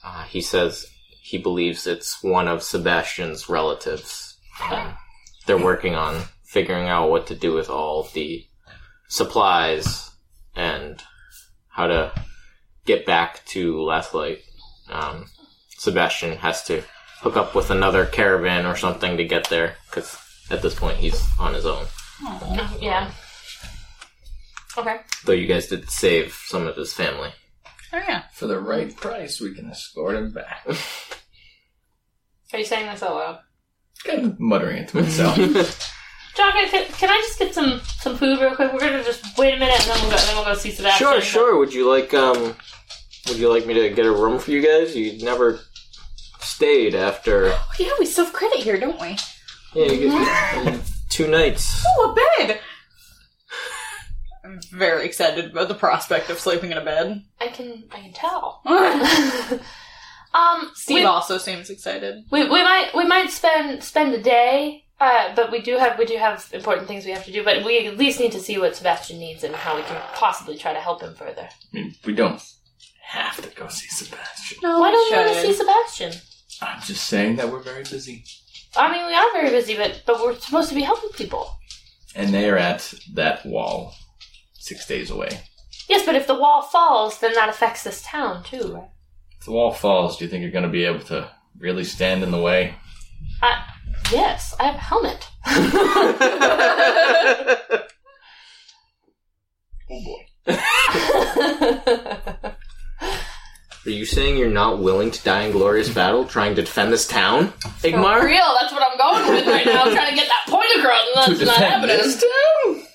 Speaker 1: Uh, he says he believes it's one of Sebastian's relatives. Um, they're working on figuring out what to do with all the supplies and how to get back to Last Light. Um, Sebastian has to hook up with another caravan or something to get there because at this point he's on his own
Speaker 2: Yeah. Okay.
Speaker 1: though you guys did save some of his family.
Speaker 3: Oh yeah.
Speaker 4: For the right price, we can escort him back.
Speaker 2: Are you saying this out loud?
Speaker 4: Kind of muttering it to himself.
Speaker 2: Draka, can, can I just get some, some food real quick? We're gonna just wait a minute and then we'll go, then we'll go see Sebastian.
Speaker 1: sure, sure. Would you like um would you like me to get a room for you guys? You never stayed after
Speaker 3: Oh yeah, we still have credit here, don't we?
Speaker 1: yeah, you guys- two nights.
Speaker 3: Oh, a bed. I'm very excited about the prospect of sleeping in a bed.
Speaker 2: I can I can tell. um,
Speaker 3: Steve
Speaker 2: we,
Speaker 3: also seems excited.
Speaker 2: we, we might we might spend spend the day, uh, but we do have we do have important things we have to do. But we at least need to see what Sebastian needs and how we can possibly try to help him further.
Speaker 4: I mean, we don't have to go see Sebastian.
Speaker 3: No,
Speaker 2: Why don't we want to see Sebastian?
Speaker 4: I'm just saying that we're very busy.
Speaker 2: I mean, we are very busy, but but we're supposed to be helping people.
Speaker 4: And they are at that wall six days away.
Speaker 2: Yes, but if the wall falls, then that affects this town too, right?
Speaker 4: If the wall falls, do you think you're going to be able to really stand in the way?
Speaker 2: I, yes, I have a helmet.
Speaker 4: Oh boy.
Speaker 1: Are you saying you're not willing to die in glorious battle trying to defend this town? Igmar?
Speaker 2: Real, that's what I'm going with right now. I'm trying to get that point across, and that's not happening.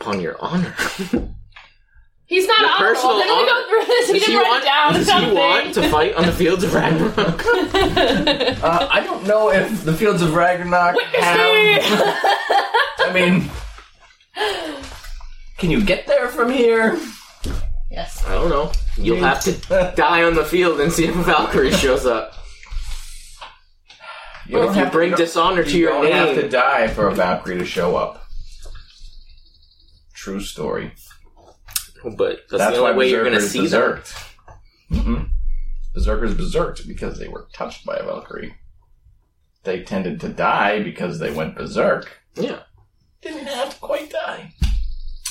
Speaker 1: Upon your honor.
Speaker 2: He's not
Speaker 1: Your personal
Speaker 2: honorable. Didn't we
Speaker 1: honor-
Speaker 2: go through this? He
Speaker 1: Does
Speaker 2: didn't
Speaker 1: he
Speaker 2: write
Speaker 1: want,
Speaker 2: it down.
Speaker 1: does
Speaker 2: something.
Speaker 1: he want to fight on the fields of Ragnarok?
Speaker 4: Uh, I don't know if the fields of Ragnarok have. I mean, can you get there from here?
Speaker 3: Yes.
Speaker 1: I don't know. You'll have to die on the field and see if Valkyrie shows up.
Speaker 4: You
Speaker 1: if you bring dishonor to
Speaker 4: you
Speaker 1: your
Speaker 4: don't
Speaker 1: name.
Speaker 4: have to die for a Valkyrie to show up. True story.
Speaker 1: but that's, the only way you're going to see them.
Speaker 4: berserked. Mm-mm. Berserkers berserked because they were touched by a Valkyrie. They tended to die because they went berserk.
Speaker 1: Yeah,
Speaker 4: Didn't have to quite die.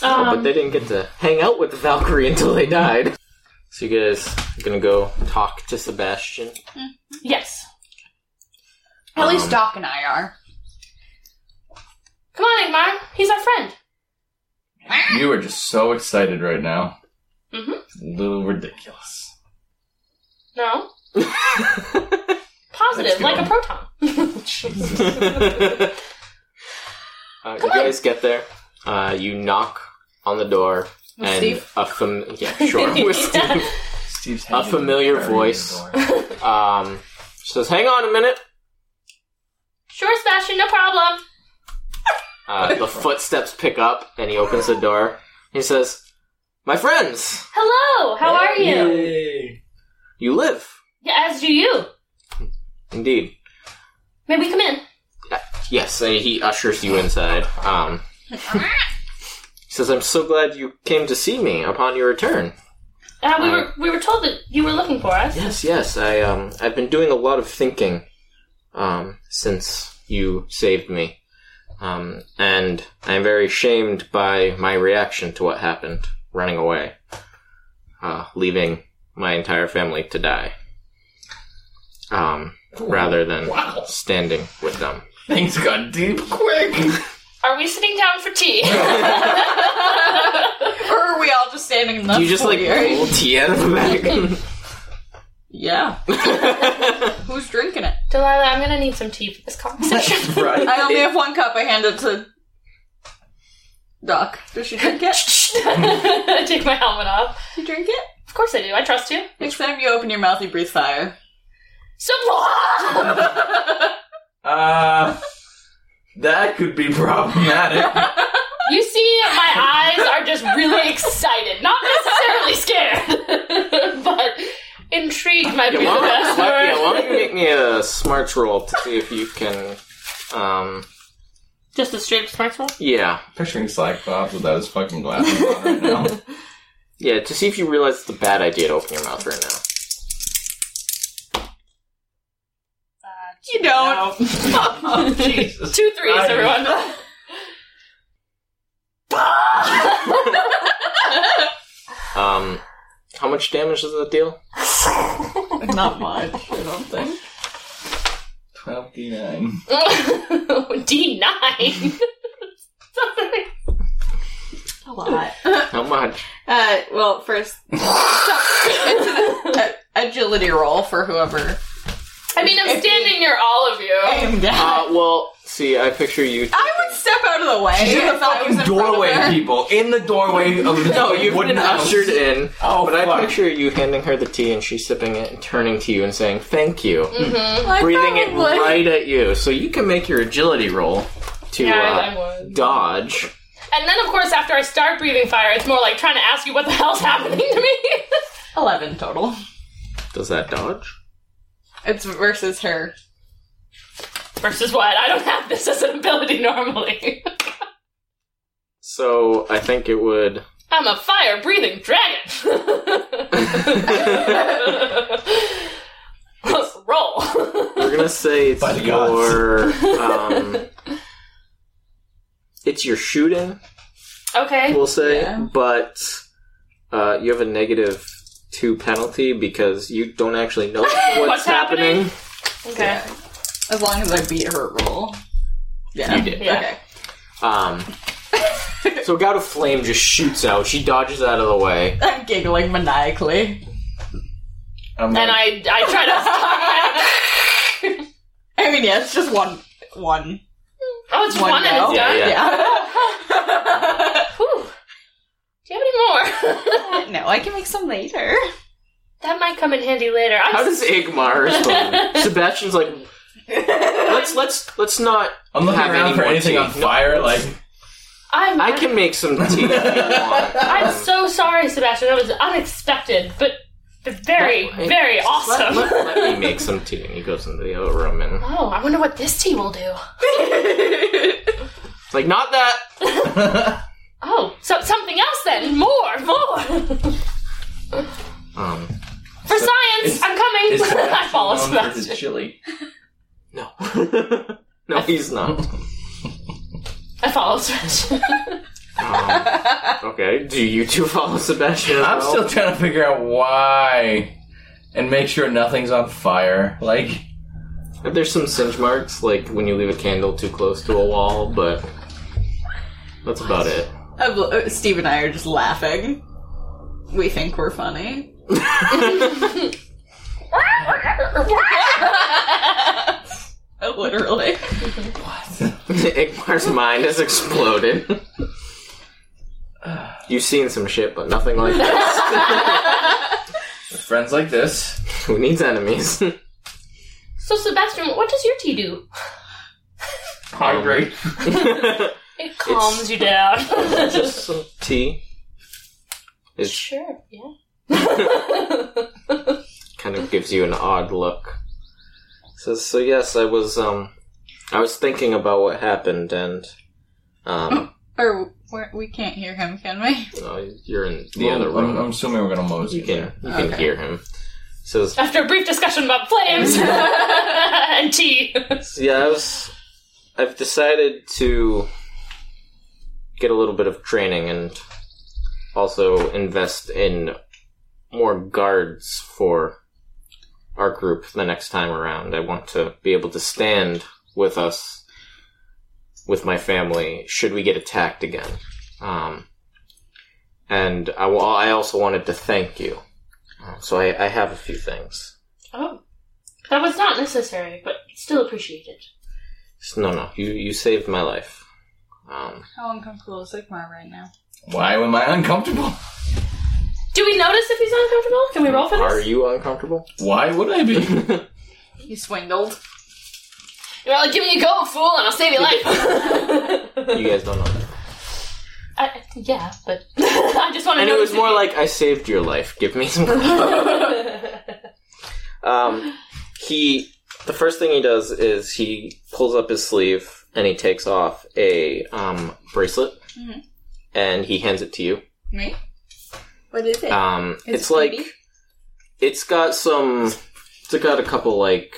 Speaker 1: Oh,
Speaker 2: Um,
Speaker 1: but they didn't get to hang out with the Valkyrie until they died. So you guys are going to go talk to Sebastian.
Speaker 2: yes.
Speaker 3: At least
Speaker 1: Um,
Speaker 3: Doc and I are.
Speaker 2: Come on, Ingmar. He's our friend.
Speaker 4: You are just so excited right now.
Speaker 1: Mm-hmm.
Speaker 2: Mhm.
Speaker 4: It's a little ridiculous.
Speaker 2: No.
Speaker 4: Let's
Speaker 2: Positive,
Speaker 4: go.
Speaker 2: like a proton.
Speaker 1: uh, you guys get there. Uh, you knock on the door,
Speaker 3: With
Speaker 1: and
Speaker 3: Steve?
Speaker 1: a fam- yeah, sure. with Steve.
Speaker 4: Steve's
Speaker 1: A familiar voice. Um, says, "Hang on a minute."
Speaker 2: sure, Sebastian, no problem.
Speaker 1: Uh, the footsteps pick up, and he opens the door. He says, "My friends,
Speaker 2: Hello, how are you?
Speaker 1: you live
Speaker 2: Yeah, as do you.
Speaker 1: indeed."
Speaker 2: May we come in?
Speaker 1: Yes, and he ushers you inside. Um, he says, "I'm so glad you came to see me upon your return."
Speaker 2: Uh, we
Speaker 1: Uh,
Speaker 2: were we were told that you were looking for us.
Speaker 1: Yes, yes. I um, I've been doing a lot of thinking, um, since you saved me, um, and I'm very shamed by my reaction to what happened, running away, uh, leaving my entire family to die, um, rather than
Speaker 4: Wow.
Speaker 1: standing with them.
Speaker 4: Things got deep quick.
Speaker 2: Are we sitting down for tea?
Speaker 3: Or are we all just standing in the
Speaker 1: you just like
Speaker 3: foyer?
Speaker 1: pull tea out of the bag.
Speaker 3: Yeah. Who's drinking it?
Speaker 2: Delilah, I'm gonna need some tea for this conversation.
Speaker 4: right.
Speaker 3: I only have one cup. I hand it to Doc. Does she drink it?
Speaker 2: I take my helmet off.
Speaker 3: You drink it?
Speaker 2: Of course I do. I trust you.
Speaker 3: Next time you open your mouth, you breathe fire.
Speaker 2: So
Speaker 4: Uh, that could be problematic.
Speaker 2: you see, my eyes are just really excited, not necessarily scared, but intrigued might be the
Speaker 1: Why don't-
Speaker 2: best
Speaker 1: why- yeah, why
Speaker 2: word.
Speaker 1: don't you make me a smarts roll to see if you can, um,
Speaker 2: Just a straight up smarts roll.
Speaker 1: yeah.
Speaker 4: Picturing Cyclops without his fucking glasses on right now.
Speaker 1: Yeah, to see if you realize it's a bad idea to open your mouth right now.
Speaker 3: You don't. Oh,
Speaker 4: Jesus.
Speaker 2: Two threes,
Speaker 4: Nice.
Speaker 2: everyone.
Speaker 1: Um, how much damage does that deal?
Speaker 3: Not much, I don't think.
Speaker 4: 12 D9.
Speaker 2: D nine.
Speaker 3: A lot.
Speaker 1: How much?
Speaker 3: Uh, well, first, it's an a- agility roll for whoever
Speaker 2: I mean, I'm
Speaker 3: If you-
Speaker 2: standing near all of you.
Speaker 3: aimed at.
Speaker 1: Uh, well, see, I picture you.
Speaker 3: I would step out of the way
Speaker 4: In
Speaker 3: if
Speaker 4: the
Speaker 3: I was
Speaker 4: fucking
Speaker 3: in
Speaker 4: doorway,
Speaker 3: front of her.
Speaker 4: people. In the doorway of the
Speaker 1: No, you've been ushered in.
Speaker 4: Oh,
Speaker 1: but
Speaker 4: fuck.
Speaker 1: I picture you handing her the tea and she's sipping it and turning to you and saying thank you,
Speaker 3: I
Speaker 1: breathing it
Speaker 3: Mm. probably-
Speaker 1: right at you. So you can make your agility roll to
Speaker 2: Yeah, I- I
Speaker 1: uh,
Speaker 2: would.
Speaker 1: dodge.
Speaker 2: And then, of course, after I start breathing fire, it's more like trying to ask you what the hell's happening to me.
Speaker 3: Eleven total.
Speaker 1: Does that dodge?
Speaker 3: It's versus her.
Speaker 2: Versus what? I don't have this as an ability normally.
Speaker 1: So I think it would.
Speaker 2: I'm a fire breathing dragon. Let's roll.
Speaker 1: We're gonna say it's
Speaker 4: By the
Speaker 1: your.
Speaker 4: gods.
Speaker 1: Um, it's your shooting.
Speaker 2: okay.
Speaker 1: we'll say,
Speaker 3: Yeah.
Speaker 1: but uh, you have a negative two penalty because you don't actually know what's,
Speaker 2: What's happening?
Speaker 1: happening.
Speaker 2: Okay.
Speaker 3: As long as I beat her roll. Yeah.
Speaker 1: You did.
Speaker 2: Yeah.
Speaker 3: Okay.
Speaker 1: Um, so a gout of flame just shoots out. She dodges out of the way.
Speaker 3: I'm giggling maniacally.
Speaker 4: I'm
Speaker 2: And I, I try to.
Speaker 3: I mean, yeah, it's just one. One.
Speaker 2: oh, it's one,
Speaker 3: One
Speaker 2: and
Speaker 3: go.
Speaker 2: it's done.
Speaker 1: Yeah,
Speaker 2: Whew. Do you have any more?
Speaker 3: no, I can make some later.
Speaker 2: that might come in handy later. I'm
Speaker 1: How does Igmar respond? Sebastian's like, let's let's let's not.
Speaker 4: I'm looking
Speaker 1: have
Speaker 4: around
Speaker 1: any
Speaker 4: for
Speaker 1: more
Speaker 4: anything
Speaker 1: tea.
Speaker 4: on fire. Like,
Speaker 2: I'm,
Speaker 1: I can make some tea. if you want.
Speaker 2: I'm so sorry, Sebastian. That was unexpected, but but very,
Speaker 1: Let-
Speaker 2: very awesome.
Speaker 1: Let, let- let me make some tea, and he goes into the other room and
Speaker 2: oh, I wonder what this tea will do.
Speaker 1: like not that.
Speaker 2: Oh, Oh, so something else then. More, more.
Speaker 1: Um,
Speaker 2: For science,
Speaker 4: Is-
Speaker 2: I'm coming.
Speaker 4: Is
Speaker 2: I
Speaker 4: Sebastian
Speaker 2: follow
Speaker 4: known for his
Speaker 2: Sebastian.
Speaker 4: chili?
Speaker 1: no. no, he's not.
Speaker 2: I follow Sebastian.
Speaker 1: Um, okay, do you two follow Sebastian? as
Speaker 4: I'm
Speaker 1: well?
Speaker 4: still trying to figure out why, and make sure nothing's on fire. Like,
Speaker 1: There's some singe marks, like when you leave a candle too close to a wall, but that's about it.
Speaker 3: Uh, well, uh, Steve and I are just laughing. We think we're funny. Literally.
Speaker 1: Igmar's mind has exploded. You've seen some shit, but nothing like this.
Speaker 4: friends like this.
Speaker 1: Who needs enemies?
Speaker 2: so Sebastian, what does your tea do?
Speaker 4: Hungry.
Speaker 2: It calms you down.
Speaker 1: Just some tea. It
Speaker 2: sure. Yeah.
Speaker 1: kind of gives you an odd look. Says, so yes, I was um, I was thinking about what happened, and um,
Speaker 3: Or we're, we can't hear him, can we?
Speaker 1: no, you're in the
Speaker 4: Well,
Speaker 1: other
Speaker 4: I'm,
Speaker 1: room.
Speaker 4: I'm assuming we're gonna mosey.
Speaker 1: you can you can
Speaker 3: Okay.
Speaker 1: hear him. Says,
Speaker 2: After a brief discussion about flames and tea.
Speaker 1: Yeah, I was. I've decided to get a little bit of training and also invest in more guards for our group the next time around. I want to be able to stand with us, with my family, should we get attacked again. Um, and I, wa- I also wanted to thank you. Uh, So I, I have a few things.
Speaker 2: Oh. That was not necessary, but still appreciated.
Speaker 1: No, no, you, you saved my life. Um,
Speaker 3: How uncomfortable is Sigmar right now?
Speaker 4: Why am I uncomfortable?
Speaker 2: Do we notice if he's uncomfortable? Can we roll for
Speaker 1: Are
Speaker 2: this?
Speaker 1: you uncomfortable?
Speaker 4: Why would I be?
Speaker 3: You swindled.
Speaker 2: You're like, give me a go, fool, and I'll save your life.
Speaker 1: You guys don't know. That.
Speaker 2: I, yeah, but I just want to
Speaker 1: And
Speaker 2: know.
Speaker 1: it was
Speaker 2: if
Speaker 1: more
Speaker 2: you-
Speaker 1: like I saved your life. Give me some. um, he the first thing he does is he pulls up his sleeve and he takes off a um, bracelet
Speaker 3: Mhm.
Speaker 1: and he hands it to you.
Speaker 3: Me? What is it?
Speaker 1: Um,
Speaker 3: Is
Speaker 1: it's
Speaker 3: it
Speaker 1: like
Speaker 3: pretty?
Speaker 1: it's got some. It's got a couple like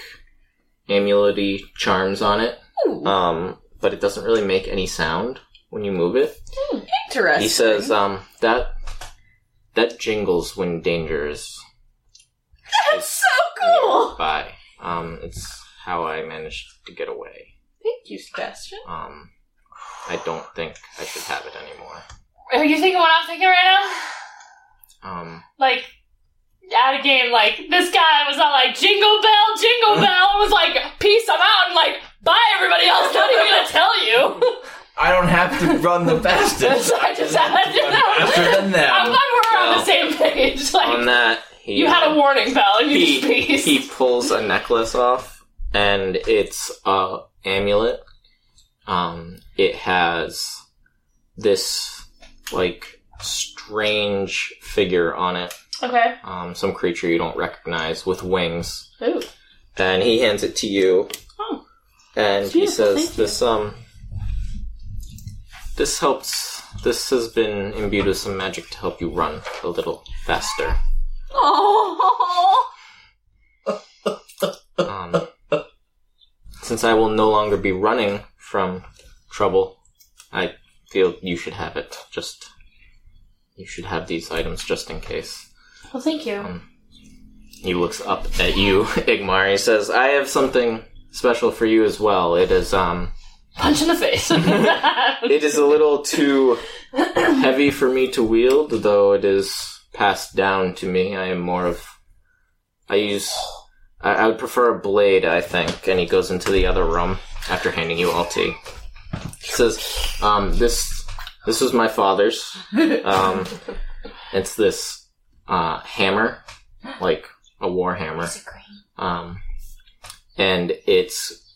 Speaker 1: amulety charms on it.
Speaker 3: Ooh,
Speaker 1: Um, but it doesn't really make any sound when you move it.
Speaker 3: interesting.
Speaker 1: He says, um, that that jingles when danger is
Speaker 3: That's so cool!
Speaker 1: by. Um, it's how I managed to get away.
Speaker 3: Thank you, Sebastian.
Speaker 1: Um, I don't think I should have it anymore.
Speaker 2: Are you thinking what I'm thinking right now?
Speaker 1: Um,
Speaker 2: Like, at a game, like, this guy was all like, jingle bell, jingle bell, and was like, peace, I'm out, and like, bye, everybody else, not even gonna tell you.
Speaker 4: I don't have to run the fastest.
Speaker 2: So I just had to know.
Speaker 4: Faster than
Speaker 2: I'm
Speaker 4: them.
Speaker 2: glad we're on the
Speaker 1: No.
Speaker 2: same page. Like,
Speaker 1: on that, he
Speaker 2: you had a warning bell, and you just
Speaker 1: he,
Speaker 2: peace.
Speaker 1: he pulls a necklace off, and it's a amulet. Um, it has this like strange figure on it.
Speaker 2: okay.
Speaker 1: um, some creature you don't recognize with wings,
Speaker 2: Ooh.
Speaker 1: and he hands it to you.
Speaker 2: Oh.
Speaker 1: And he
Speaker 2: Beautiful,
Speaker 1: says,
Speaker 2: thank you.
Speaker 1: "This um, this helps. This has been imbued with some magic to help you run a little faster."
Speaker 3: Oh!
Speaker 1: Um, since I will no longer be running from trouble, I feel you should have it. Just you should have these items just in case.
Speaker 2: Well, thank you.
Speaker 1: Um, He looks up at you, Igmar. He says, "I have something special for you as well. It is um,
Speaker 2: Punch in the face. That's
Speaker 1: it is a little too heavy for me to wield, though it is passed down to me. I am more of, I use, I, I would prefer a blade, I think." And he goes into the other room after handing you all tea. He says, um, "This, this was my father's. Um, it's this uh, hammer, like a war hammer." Um, and it's.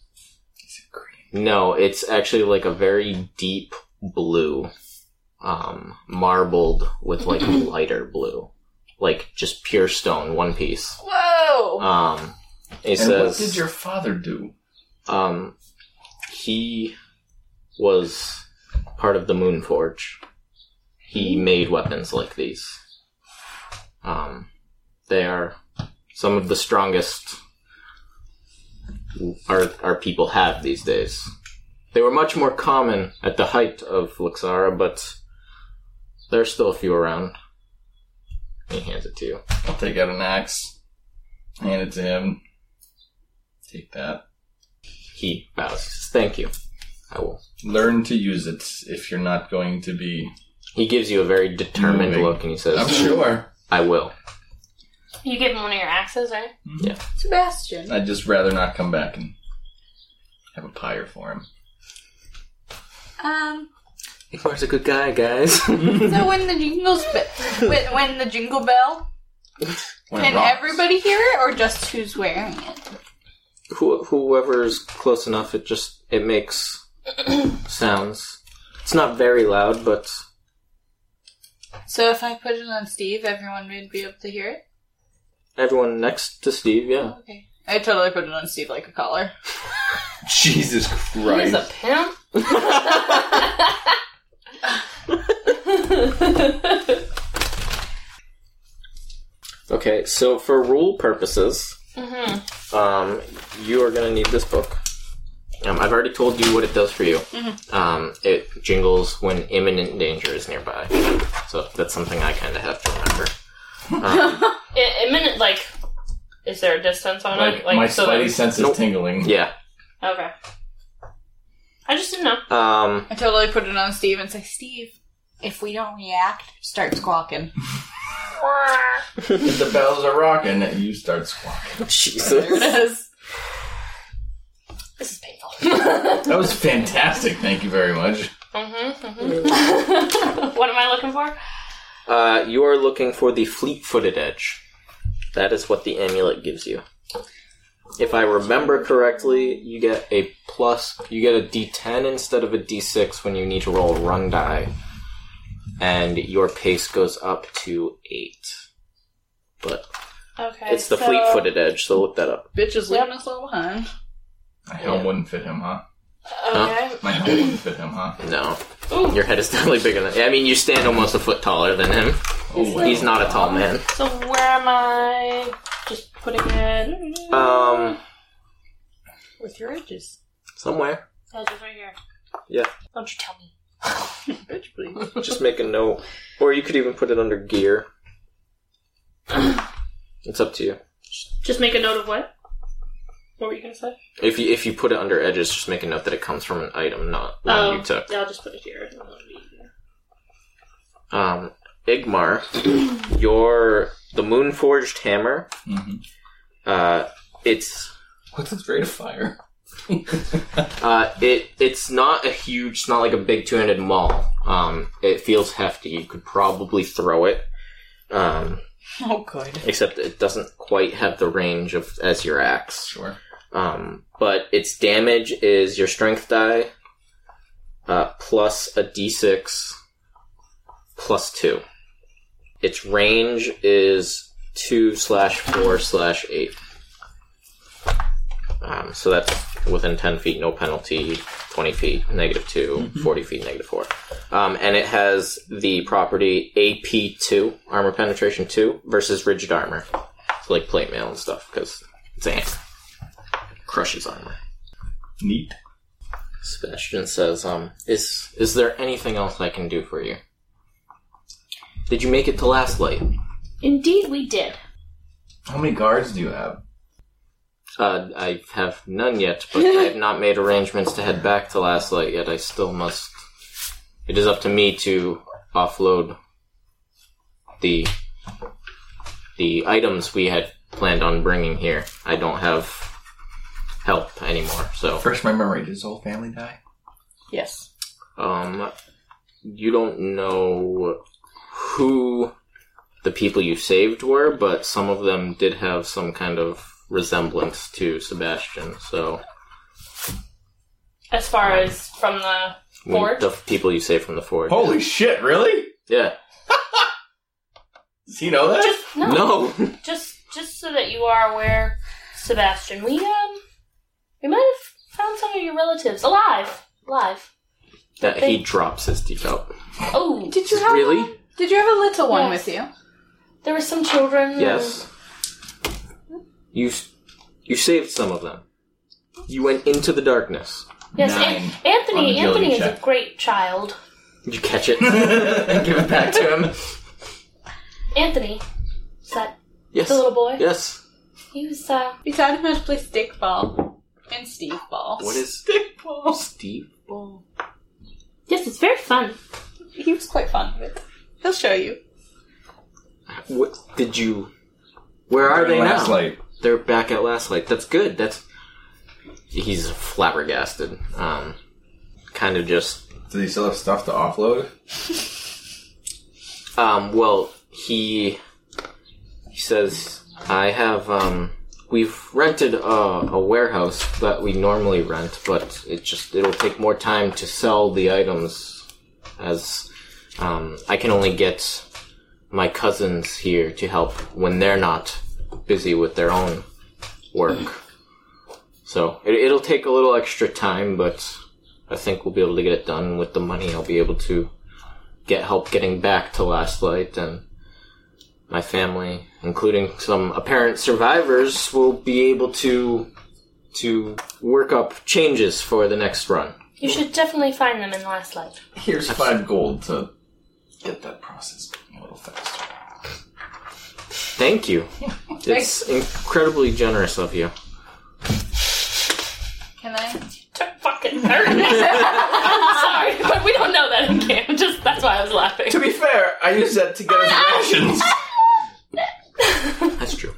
Speaker 1: No, it's actually like a very deep blue. Um, marbled with like lighter blue. Like just pure stone, one piece.
Speaker 3: Whoa!
Speaker 1: Um, he
Speaker 4: And
Speaker 1: says.
Speaker 4: what did your father do?
Speaker 1: Um, he was part of the Moon Forge. he made weapons like these. Um, they are some of the strongest our our people have these days. They were much more common at the height of Luxara, but there's still a few around. He hands it to you.
Speaker 4: I'll take out an axe, hand it to him. Take that.
Speaker 1: He bows. He says, Thank you. I will.
Speaker 4: Learn to use it if you're not going to be.
Speaker 1: He gives you a very determined
Speaker 4: Moving.
Speaker 1: look and he says,
Speaker 4: I'm sure.
Speaker 1: I will.
Speaker 2: You give him one of your axes, right?
Speaker 3: Sebastian.
Speaker 4: I'd just rather not come back and have a pyre for him.
Speaker 3: Um.
Speaker 1: Igmar's a good guy, guys.
Speaker 3: So when the jingles, be- when, when the jingle bell,
Speaker 4: When it
Speaker 3: can
Speaker 4: rocks.
Speaker 3: everybody hear it, or just who's wearing it?
Speaker 1: Who, whoever's close enough, it just it makes sounds. It's not very loud, but
Speaker 3: So if I put it on Steve, everyone would be able to hear it.
Speaker 1: everyone next to Steve, yeah.
Speaker 3: Okay. I totally put it on Steve like a collar.
Speaker 4: Jesus
Speaker 2: He's
Speaker 4: Christ.
Speaker 2: a pimp.
Speaker 1: Okay, so for rule purposes,
Speaker 2: hmm
Speaker 1: um, you are going to need this book. Um, I've already told you what it does for you. Um, it jingles when imminent danger is nearby. So that's something I kind of have to remember. Um,
Speaker 2: It, it minute, like, is there a distance on
Speaker 4: Like,
Speaker 2: it? Like,
Speaker 4: my
Speaker 2: so
Speaker 4: spidey
Speaker 2: that-
Speaker 4: sense is
Speaker 1: Nope.
Speaker 4: tingling.
Speaker 1: Yeah.
Speaker 2: Okay. I just didn't know.
Speaker 1: Um,
Speaker 3: I totally put it on Steve and say, Steve, if we don't react, start squawking.
Speaker 4: If the bells are rocking, you start squawking.
Speaker 1: Jesus.
Speaker 2: This is painful.
Speaker 4: That was fantastic. Thank you very much.
Speaker 2: Mm-hmm, mm-hmm. what am I looking for?
Speaker 1: Uh, you are looking for the fleet footed edge. That is what the amulet gives you. If I remember correctly, you get a plus, you get a d10 instead of a d6 when you need to roll a run die, and your pace goes up to 8. But
Speaker 2: Okay.
Speaker 1: it's the
Speaker 2: so-
Speaker 1: fleet footed edge, so look that up.
Speaker 3: Bitch is leaving us all behind.
Speaker 4: My helm
Speaker 1: Yeah.
Speaker 4: wouldn't fit him, huh?
Speaker 2: Okay.
Speaker 4: My helm wouldn't fit him, huh?
Speaker 1: No.
Speaker 2: Ooh.
Speaker 1: Your head is definitely bigger than I mean, you stand almost a foot taller than him.
Speaker 4: Oh,
Speaker 1: He's not a tall man.
Speaker 2: So where am I? Just putting it.
Speaker 1: Um,
Speaker 3: With your edges.
Speaker 1: somewhere.
Speaker 2: Oh, just right here.
Speaker 1: Yeah.
Speaker 2: Don't you tell me.
Speaker 3: Bitch, please.
Speaker 1: Just make a note. Or you could even put it under gear. It's up to you.
Speaker 2: Just make a note of what? What were you gonna say?
Speaker 1: If you if you put it under edges, just make a note that it comes from an item, not one
Speaker 2: Oh,
Speaker 1: you took.
Speaker 2: yeah, I'll just put it here. It'll be easier.
Speaker 1: Um, Igmar, your the Moonforged hammer.
Speaker 4: Mhm.
Speaker 1: Uh, it's
Speaker 4: What's its rate of fire?
Speaker 1: Uh, it it's not a huge, it's not like a big two-handed maul. Um, it feels hefty. You could probably throw it, um,
Speaker 3: Oh, good.
Speaker 1: except it doesn't quite have the range of as your axe.
Speaker 4: Sure.
Speaker 1: Um, but its damage is your strength die uh, plus a d6 plus two. Its range is two slash four slash eight. Um, so that's within 10 feet, no penalty, 20 feet, negative 2, 40 feet, negative 4. Um, and it has the property AP2, armor penetration 2, versus rigid armor. So like plate mail and stuff, because it's a crushes armor.
Speaker 4: Neat.
Speaker 1: Sebastian says, um, is, is there anything else I can do for you? Did you make it to last light?
Speaker 2: Indeed, we did.
Speaker 4: How many guards do you have?
Speaker 1: Uh, I have none yet, but I have not made arrangements to head back to Last Light yet. I still must. It is up to me to offload the the items we had planned on bringing here. I don't have help anymore, so
Speaker 4: Refresh my memory. Did his whole family die?
Speaker 3: Yes.
Speaker 1: um, you don't know who the people you saved were, but some of them did have some kind of resemblance to Sebastian, so.
Speaker 2: As far as from the
Speaker 1: When
Speaker 2: forge.
Speaker 1: The f- people you save from the forge.
Speaker 4: Holy shit! Really?
Speaker 1: Yeah.
Speaker 4: Does he know that?
Speaker 2: Just no,
Speaker 1: No.
Speaker 2: Just just so that you are aware, Sebastian, we um we might have found some of your relatives alive. Alive.
Speaker 1: That he drops his teacup.
Speaker 2: Oh,
Speaker 3: Did you have
Speaker 1: Really?
Speaker 3: Did you have a little one
Speaker 2: Yes.
Speaker 3: with you?
Speaker 2: there were some children.
Speaker 1: Yes. You s- you saved some of them. You went into the darkness.
Speaker 2: Yes,
Speaker 4: Nine.
Speaker 2: An-
Speaker 4: On
Speaker 2: Anthony.
Speaker 4: the agility
Speaker 2: Anthony is a
Speaker 4: check.
Speaker 2: great child.
Speaker 1: You catch it and give it back to him.
Speaker 2: Anthony, is that
Speaker 1: Yes.
Speaker 2: the little boy?
Speaker 1: Yes.
Speaker 2: He was. Uh,
Speaker 3: We taught him how to play stickball and Steve ball.
Speaker 1: What is
Speaker 4: Stickball.
Speaker 1: Steve Ball?
Speaker 2: yes, it's very fun.
Speaker 3: He was quite fond of it. He'll show you.
Speaker 1: What did you? Where are they now?
Speaker 4: Last light.
Speaker 1: They're back at last light. That's good. That's he's flabbergasted. Um, kind of just
Speaker 4: Do they still have stuff to offload?
Speaker 1: um. Well, he he says I have um. We've rented a, a warehouse that we normally rent, but it just it'll take more time to sell the items, as um, I can only get my cousins here to help when they're not busy with their own work. So it, it'll take a little extra time, but I think we'll be able to get it done with the money. I'll be able to get help getting back to Last Light, and my family, including some apparent survivors, will be able to to work up changes for the next run.
Speaker 2: You should definitely find them in Last Light.
Speaker 4: Here's five gold to get that process going a little faster.
Speaker 1: Thank you. It's incredibly generous of you.
Speaker 3: Can I?
Speaker 2: Took fucking third. I'm sorry, but we don't know that in camp. Just that's why I was laughing.
Speaker 4: To be fair, I used that to get us rations.
Speaker 1: That's true.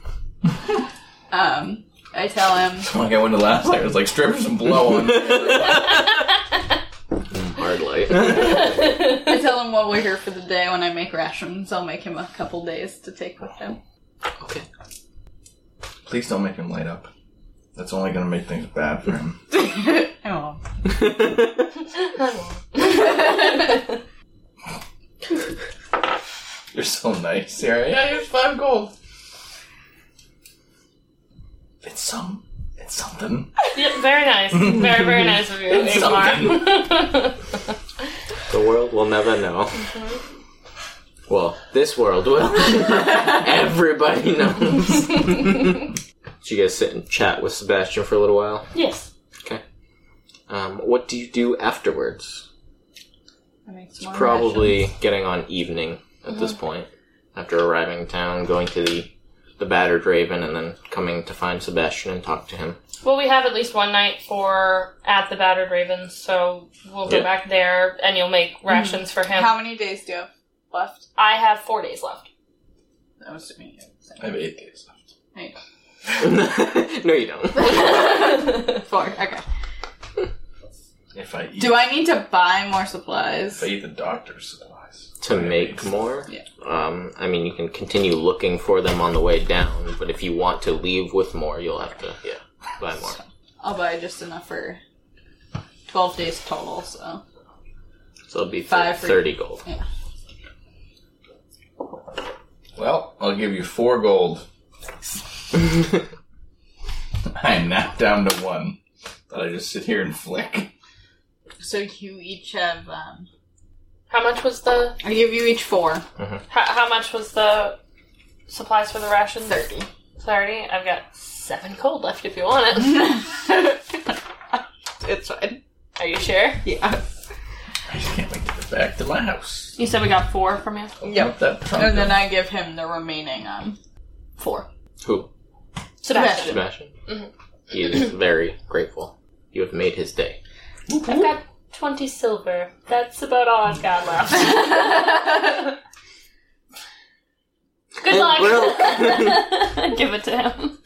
Speaker 3: Um, I tell him.
Speaker 4: When I went to last night, it was like strippers and blow on.
Speaker 1: Hard light.
Speaker 3: I tell him while we're here for the day, when I make rations, I'll make him a couple days to take with him.
Speaker 1: okay.
Speaker 4: Please don't make him light up. That's only gonna make things bad for him.
Speaker 3: Oh.
Speaker 4: You're so nice, Sarah. Yeah, here's five gold. It's some. It's something.
Speaker 2: Yep, very nice. Very, very nice of you, Ingmar.
Speaker 1: The world will never know. Well, this world will. Everybody knows. so you guys sit and chat with Sebastian for a little while.
Speaker 2: Yes.
Speaker 1: Okay. Um, what do you do afterwards?
Speaker 3: I make some more
Speaker 1: Probably getting on evening at this
Speaker 3: Uh-huh.
Speaker 1: point. After arriving in town, going to the the battered raven, and then coming to find Sebastian and talk to him.
Speaker 2: Well, we have at least one night for at the Battered Ravens, so we'll go
Speaker 1: Yeah.
Speaker 2: back there and you'll make rations for him.
Speaker 3: rations. How many days do you have left?
Speaker 2: I have four days left.
Speaker 3: That was to me.
Speaker 4: I have eight days left.
Speaker 3: Hey.
Speaker 1: no, you don't.
Speaker 3: Four. Okay.
Speaker 4: If I eat,
Speaker 3: Do I need to buy more supplies?
Speaker 4: if I eat the doctor's supplies.
Speaker 1: to make more.
Speaker 3: Yeah.
Speaker 1: Um, I mean, you can continue looking for them on the way down, but if you want to leave with more, you'll have to yeah buy more.
Speaker 3: I'll buy just enough for twelve days total. So
Speaker 1: So it'll be
Speaker 3: Five for-
Speaker 1: thirty gold.
Speaker 4: Well, I'll give you four gold. I'm now down to one. Thought I'd just sit here and flick.
Speaker 3: so you each have. Um,
Speaker 2: How much was the
Speaker 3: I give you each four.
Speaker 2: how, how much was the supplies for the rations? Thirty. Thirty. I've got seven cold left if you want it.
Speaker 3: It's fine.
Speaker 2: Are you sure?
Speaker 3: Yeah.
Speaker 4: I just can't wait to get back to my house.
Speaker 2: You said we got four from you.
Speaker 4: Open
Speaker 3: Yep.
Speaker 4: up that trunk.
Speaker 3: And then I give him the remaining um four.
Speaker 1: Who?
Speaker 2: Sebastian.
Speaker 1: Sebastian.
Speaker 3: Mm-hmm.
Speaker 1: He is very grateful. You have made his day.
Speaker 2: I've got 20 silver. That's about all I've got left. Good luck. Give it to him.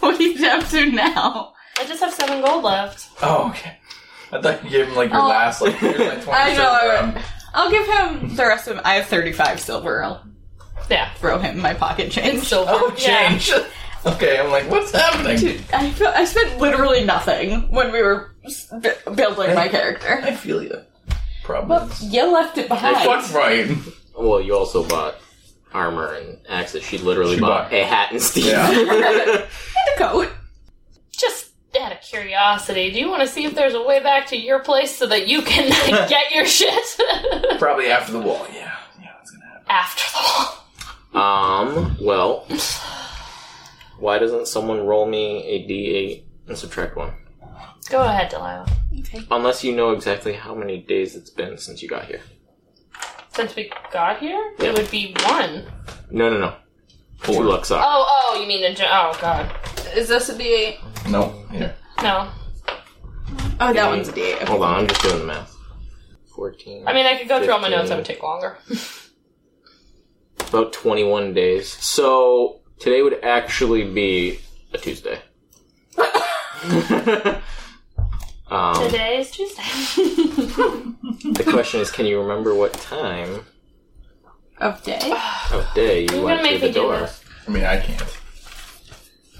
Speaker 3: What are you up to now?
Speaker 2: I just have seven gold left.
Speaker 4: oh, okay. I thought you gave him like your
Speaker 3: Oh.
Speaker 4: last like here's my twenty.
Speaker 3: I know, I-
Speaker 4: silver. Um,
Speaker 3: I'll give him the rest of. I have thirty-five silver. I'll
Speaker 2: Yeah.
Speaker 3: throw him my pocket change.
Speaker 2: Silver.
Speaker 4: Oh, change. okay, I'm like, what's happening?
Speaker 3: Dude, I feel, I spent literally nothing when we were s- b- building my character.
Speaker 4: I feel you.
Speaker 3: Well,
Speaker 4: Problems.
Speaker 3: you left it behind.
Speaker 4: Oh, Fuck Ryan.
Speaker 1: Well, you also bought armor and axes. She literally
Speaker 4: She
Speaker 1: bought,
Speaker 4: bought-
Speaker 1: a hat and Steve.
Speaker 4: Yeah.
Speaker 3: The coat.
Speaker 2: Just out of curiosity, do you want to see if there's a way back to your place so that you can get your shit
Speaker 4: Probably after the wall. Yeah, yeah, that's gonna happen.
Speaker 2: after the wall?
Speaker 1: Um, well, why doesn't someone roll me a d8 and subtract one?
Speaker 2: Go ahead, Delilah.
Speaker 1: Unless you know exactly how many days it's been since you got here.
Speaker 2: Since we got here, it would be one.
Speaker 1: No, no, no. Two luck suck.
Speaker 2: Oh, oh, you mean a ge- oh god,
Speaker 3: Is this a D8?
Speaker 4: No, here.
Speaker 2: no.
Speaker 3: Oh, that one's a D8. Okay.
Speaker 1: Hold on, I'm just doing the math. 14.
Speaker 2: I mean, I could go through all my notes. That
Speaker 1: Fifteen.
Speaker 2: would take longer.
Speaker 1: about 21 days. So today would actually be a Tuesday. um,
Speaker 2: Today is Tuesday.
Speaker 1: the question is, can you remember what time
Speaker 3: Of day?
Speaker 1: of day you
Speaker 2: You're
Speaker 1: went
Speaker 2: gonna make
Speaker 1: through the
Speaker 2: me do
Speaker 1: door?
Speaker 2: this.
Speaker 4: I mean, I can't.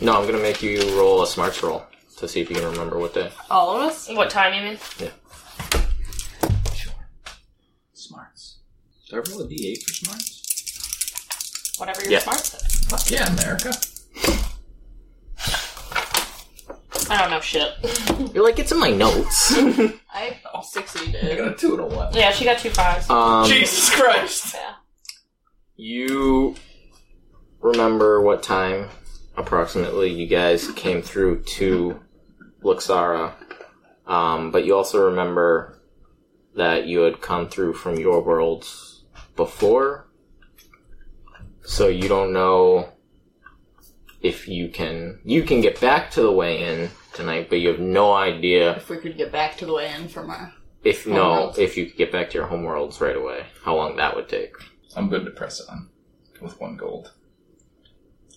Speaker 1: No, I'm gonna make you roll a smarts roll to see if you can remember what day.
Speaker 3: All of us?
Speaker 2: what time you mean?
Speaker 4: Sure. Smarts. Do I roll a D8 for smarts?
Speaker 2: Whatever your
Speaker 1: Yeah.
Speaker 2: smart says.
Speaker 4: Fuck yeah, America.
Speaker 2: I don't know shit.
Speaker 1: You're like, it's in my notes. Um,
Speaker 3: I
Speaker 4: I
Speaker 3: succeeded.
Speaker 4: got a two and a one.
Speaker 2: yeah, she got two fives.
Speaker 1: um,
Speaker 4: Jesus Christ!
Speaker 2: Yeah.
Speaker 1: you remember what time approximately you guys came through to Luxara, um, but you also remember that you had come through from your worlds before, so you don't know if you can you can get back to the way in tonight, but you have no idea
Speaker 3: If we could get back to the way in from our.
Speaker 1: if no
Speaker 3: Homeworlds.
Speaker 1: if you could get back to your homeworlds right away, how long that would take.
Speaker 4: I'm good to press on with one gold.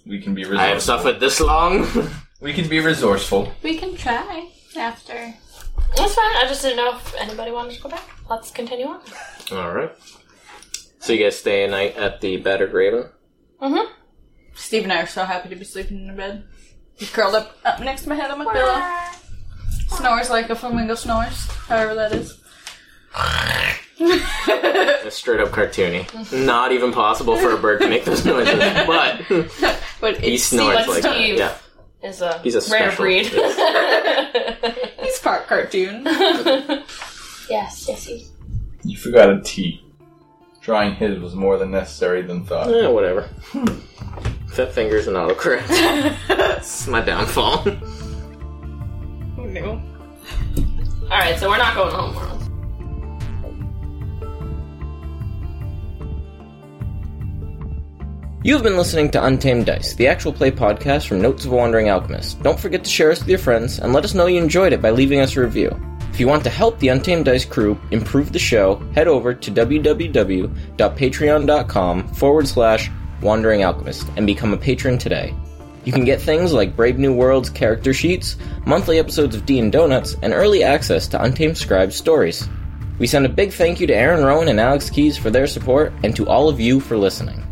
Speaker 4: We can be resourceful.
Speaker 1: I have suffered this long.
Speaker 4: We can be resourceful.
Speaker 3: We can try after.
Speaker 2: That's fine. I just didn't know if anybody wanted to go back. Let's continue on.
Speaker 1: All right. So you guys stay a night at the Battered Raven.
Speaker 2: Mm-hmm.
Speaker 3: Steve and I are so happy to be sleeping in a bed. He's curled up up next to my head on my pillow. Snores like a flamingo snores, however that is.
Speaker 1: That's straight up cartoony. Not even possible for a bird to make those noises, but
Speaker 3: But
Speaker 1: he
Speaker 3: it's
Speaker 1: snores
Speaker 2: like
Speaker 1: like that.
Speaker 2: Steve.
Speaker 1: Yeah,
Speaker 2: Is a
Speaker 1: he's a
Speaker 2: rare
Speaker 1: special.
Speaker 2: breed.
Speaker 3: he's part cartoon.
Speaker 2: yes, yes, yes.
Speaker 4: You forgot a T. Drawing his was more than necessary than thought.
Speaker 1: Yeah, Eh, whatever. Fat fingers and autocorrect. That's my downfall.
Speaker 3: Who knew?
Speaker 2: All right, so we're not going home, World.
Speaker 5: You have been listening to Untamed Dice, the actual play podcast from Notes of a Wandering Alchemist. Don't forget to share us with your friends and let us know you enjoyed it by leaving us a review. If you want to help the Untamed Dice crew improve the show, head over to www.patreon.com forward slash wandering alchemist and become a patron today. You can get things like Brave New World's character sheets, monthly episodes of D and Donuts, and early access to Untamed Scribe stories. We send a big thank you to Aaron Rowan and Alex Keys for their support, and to all of you for listening.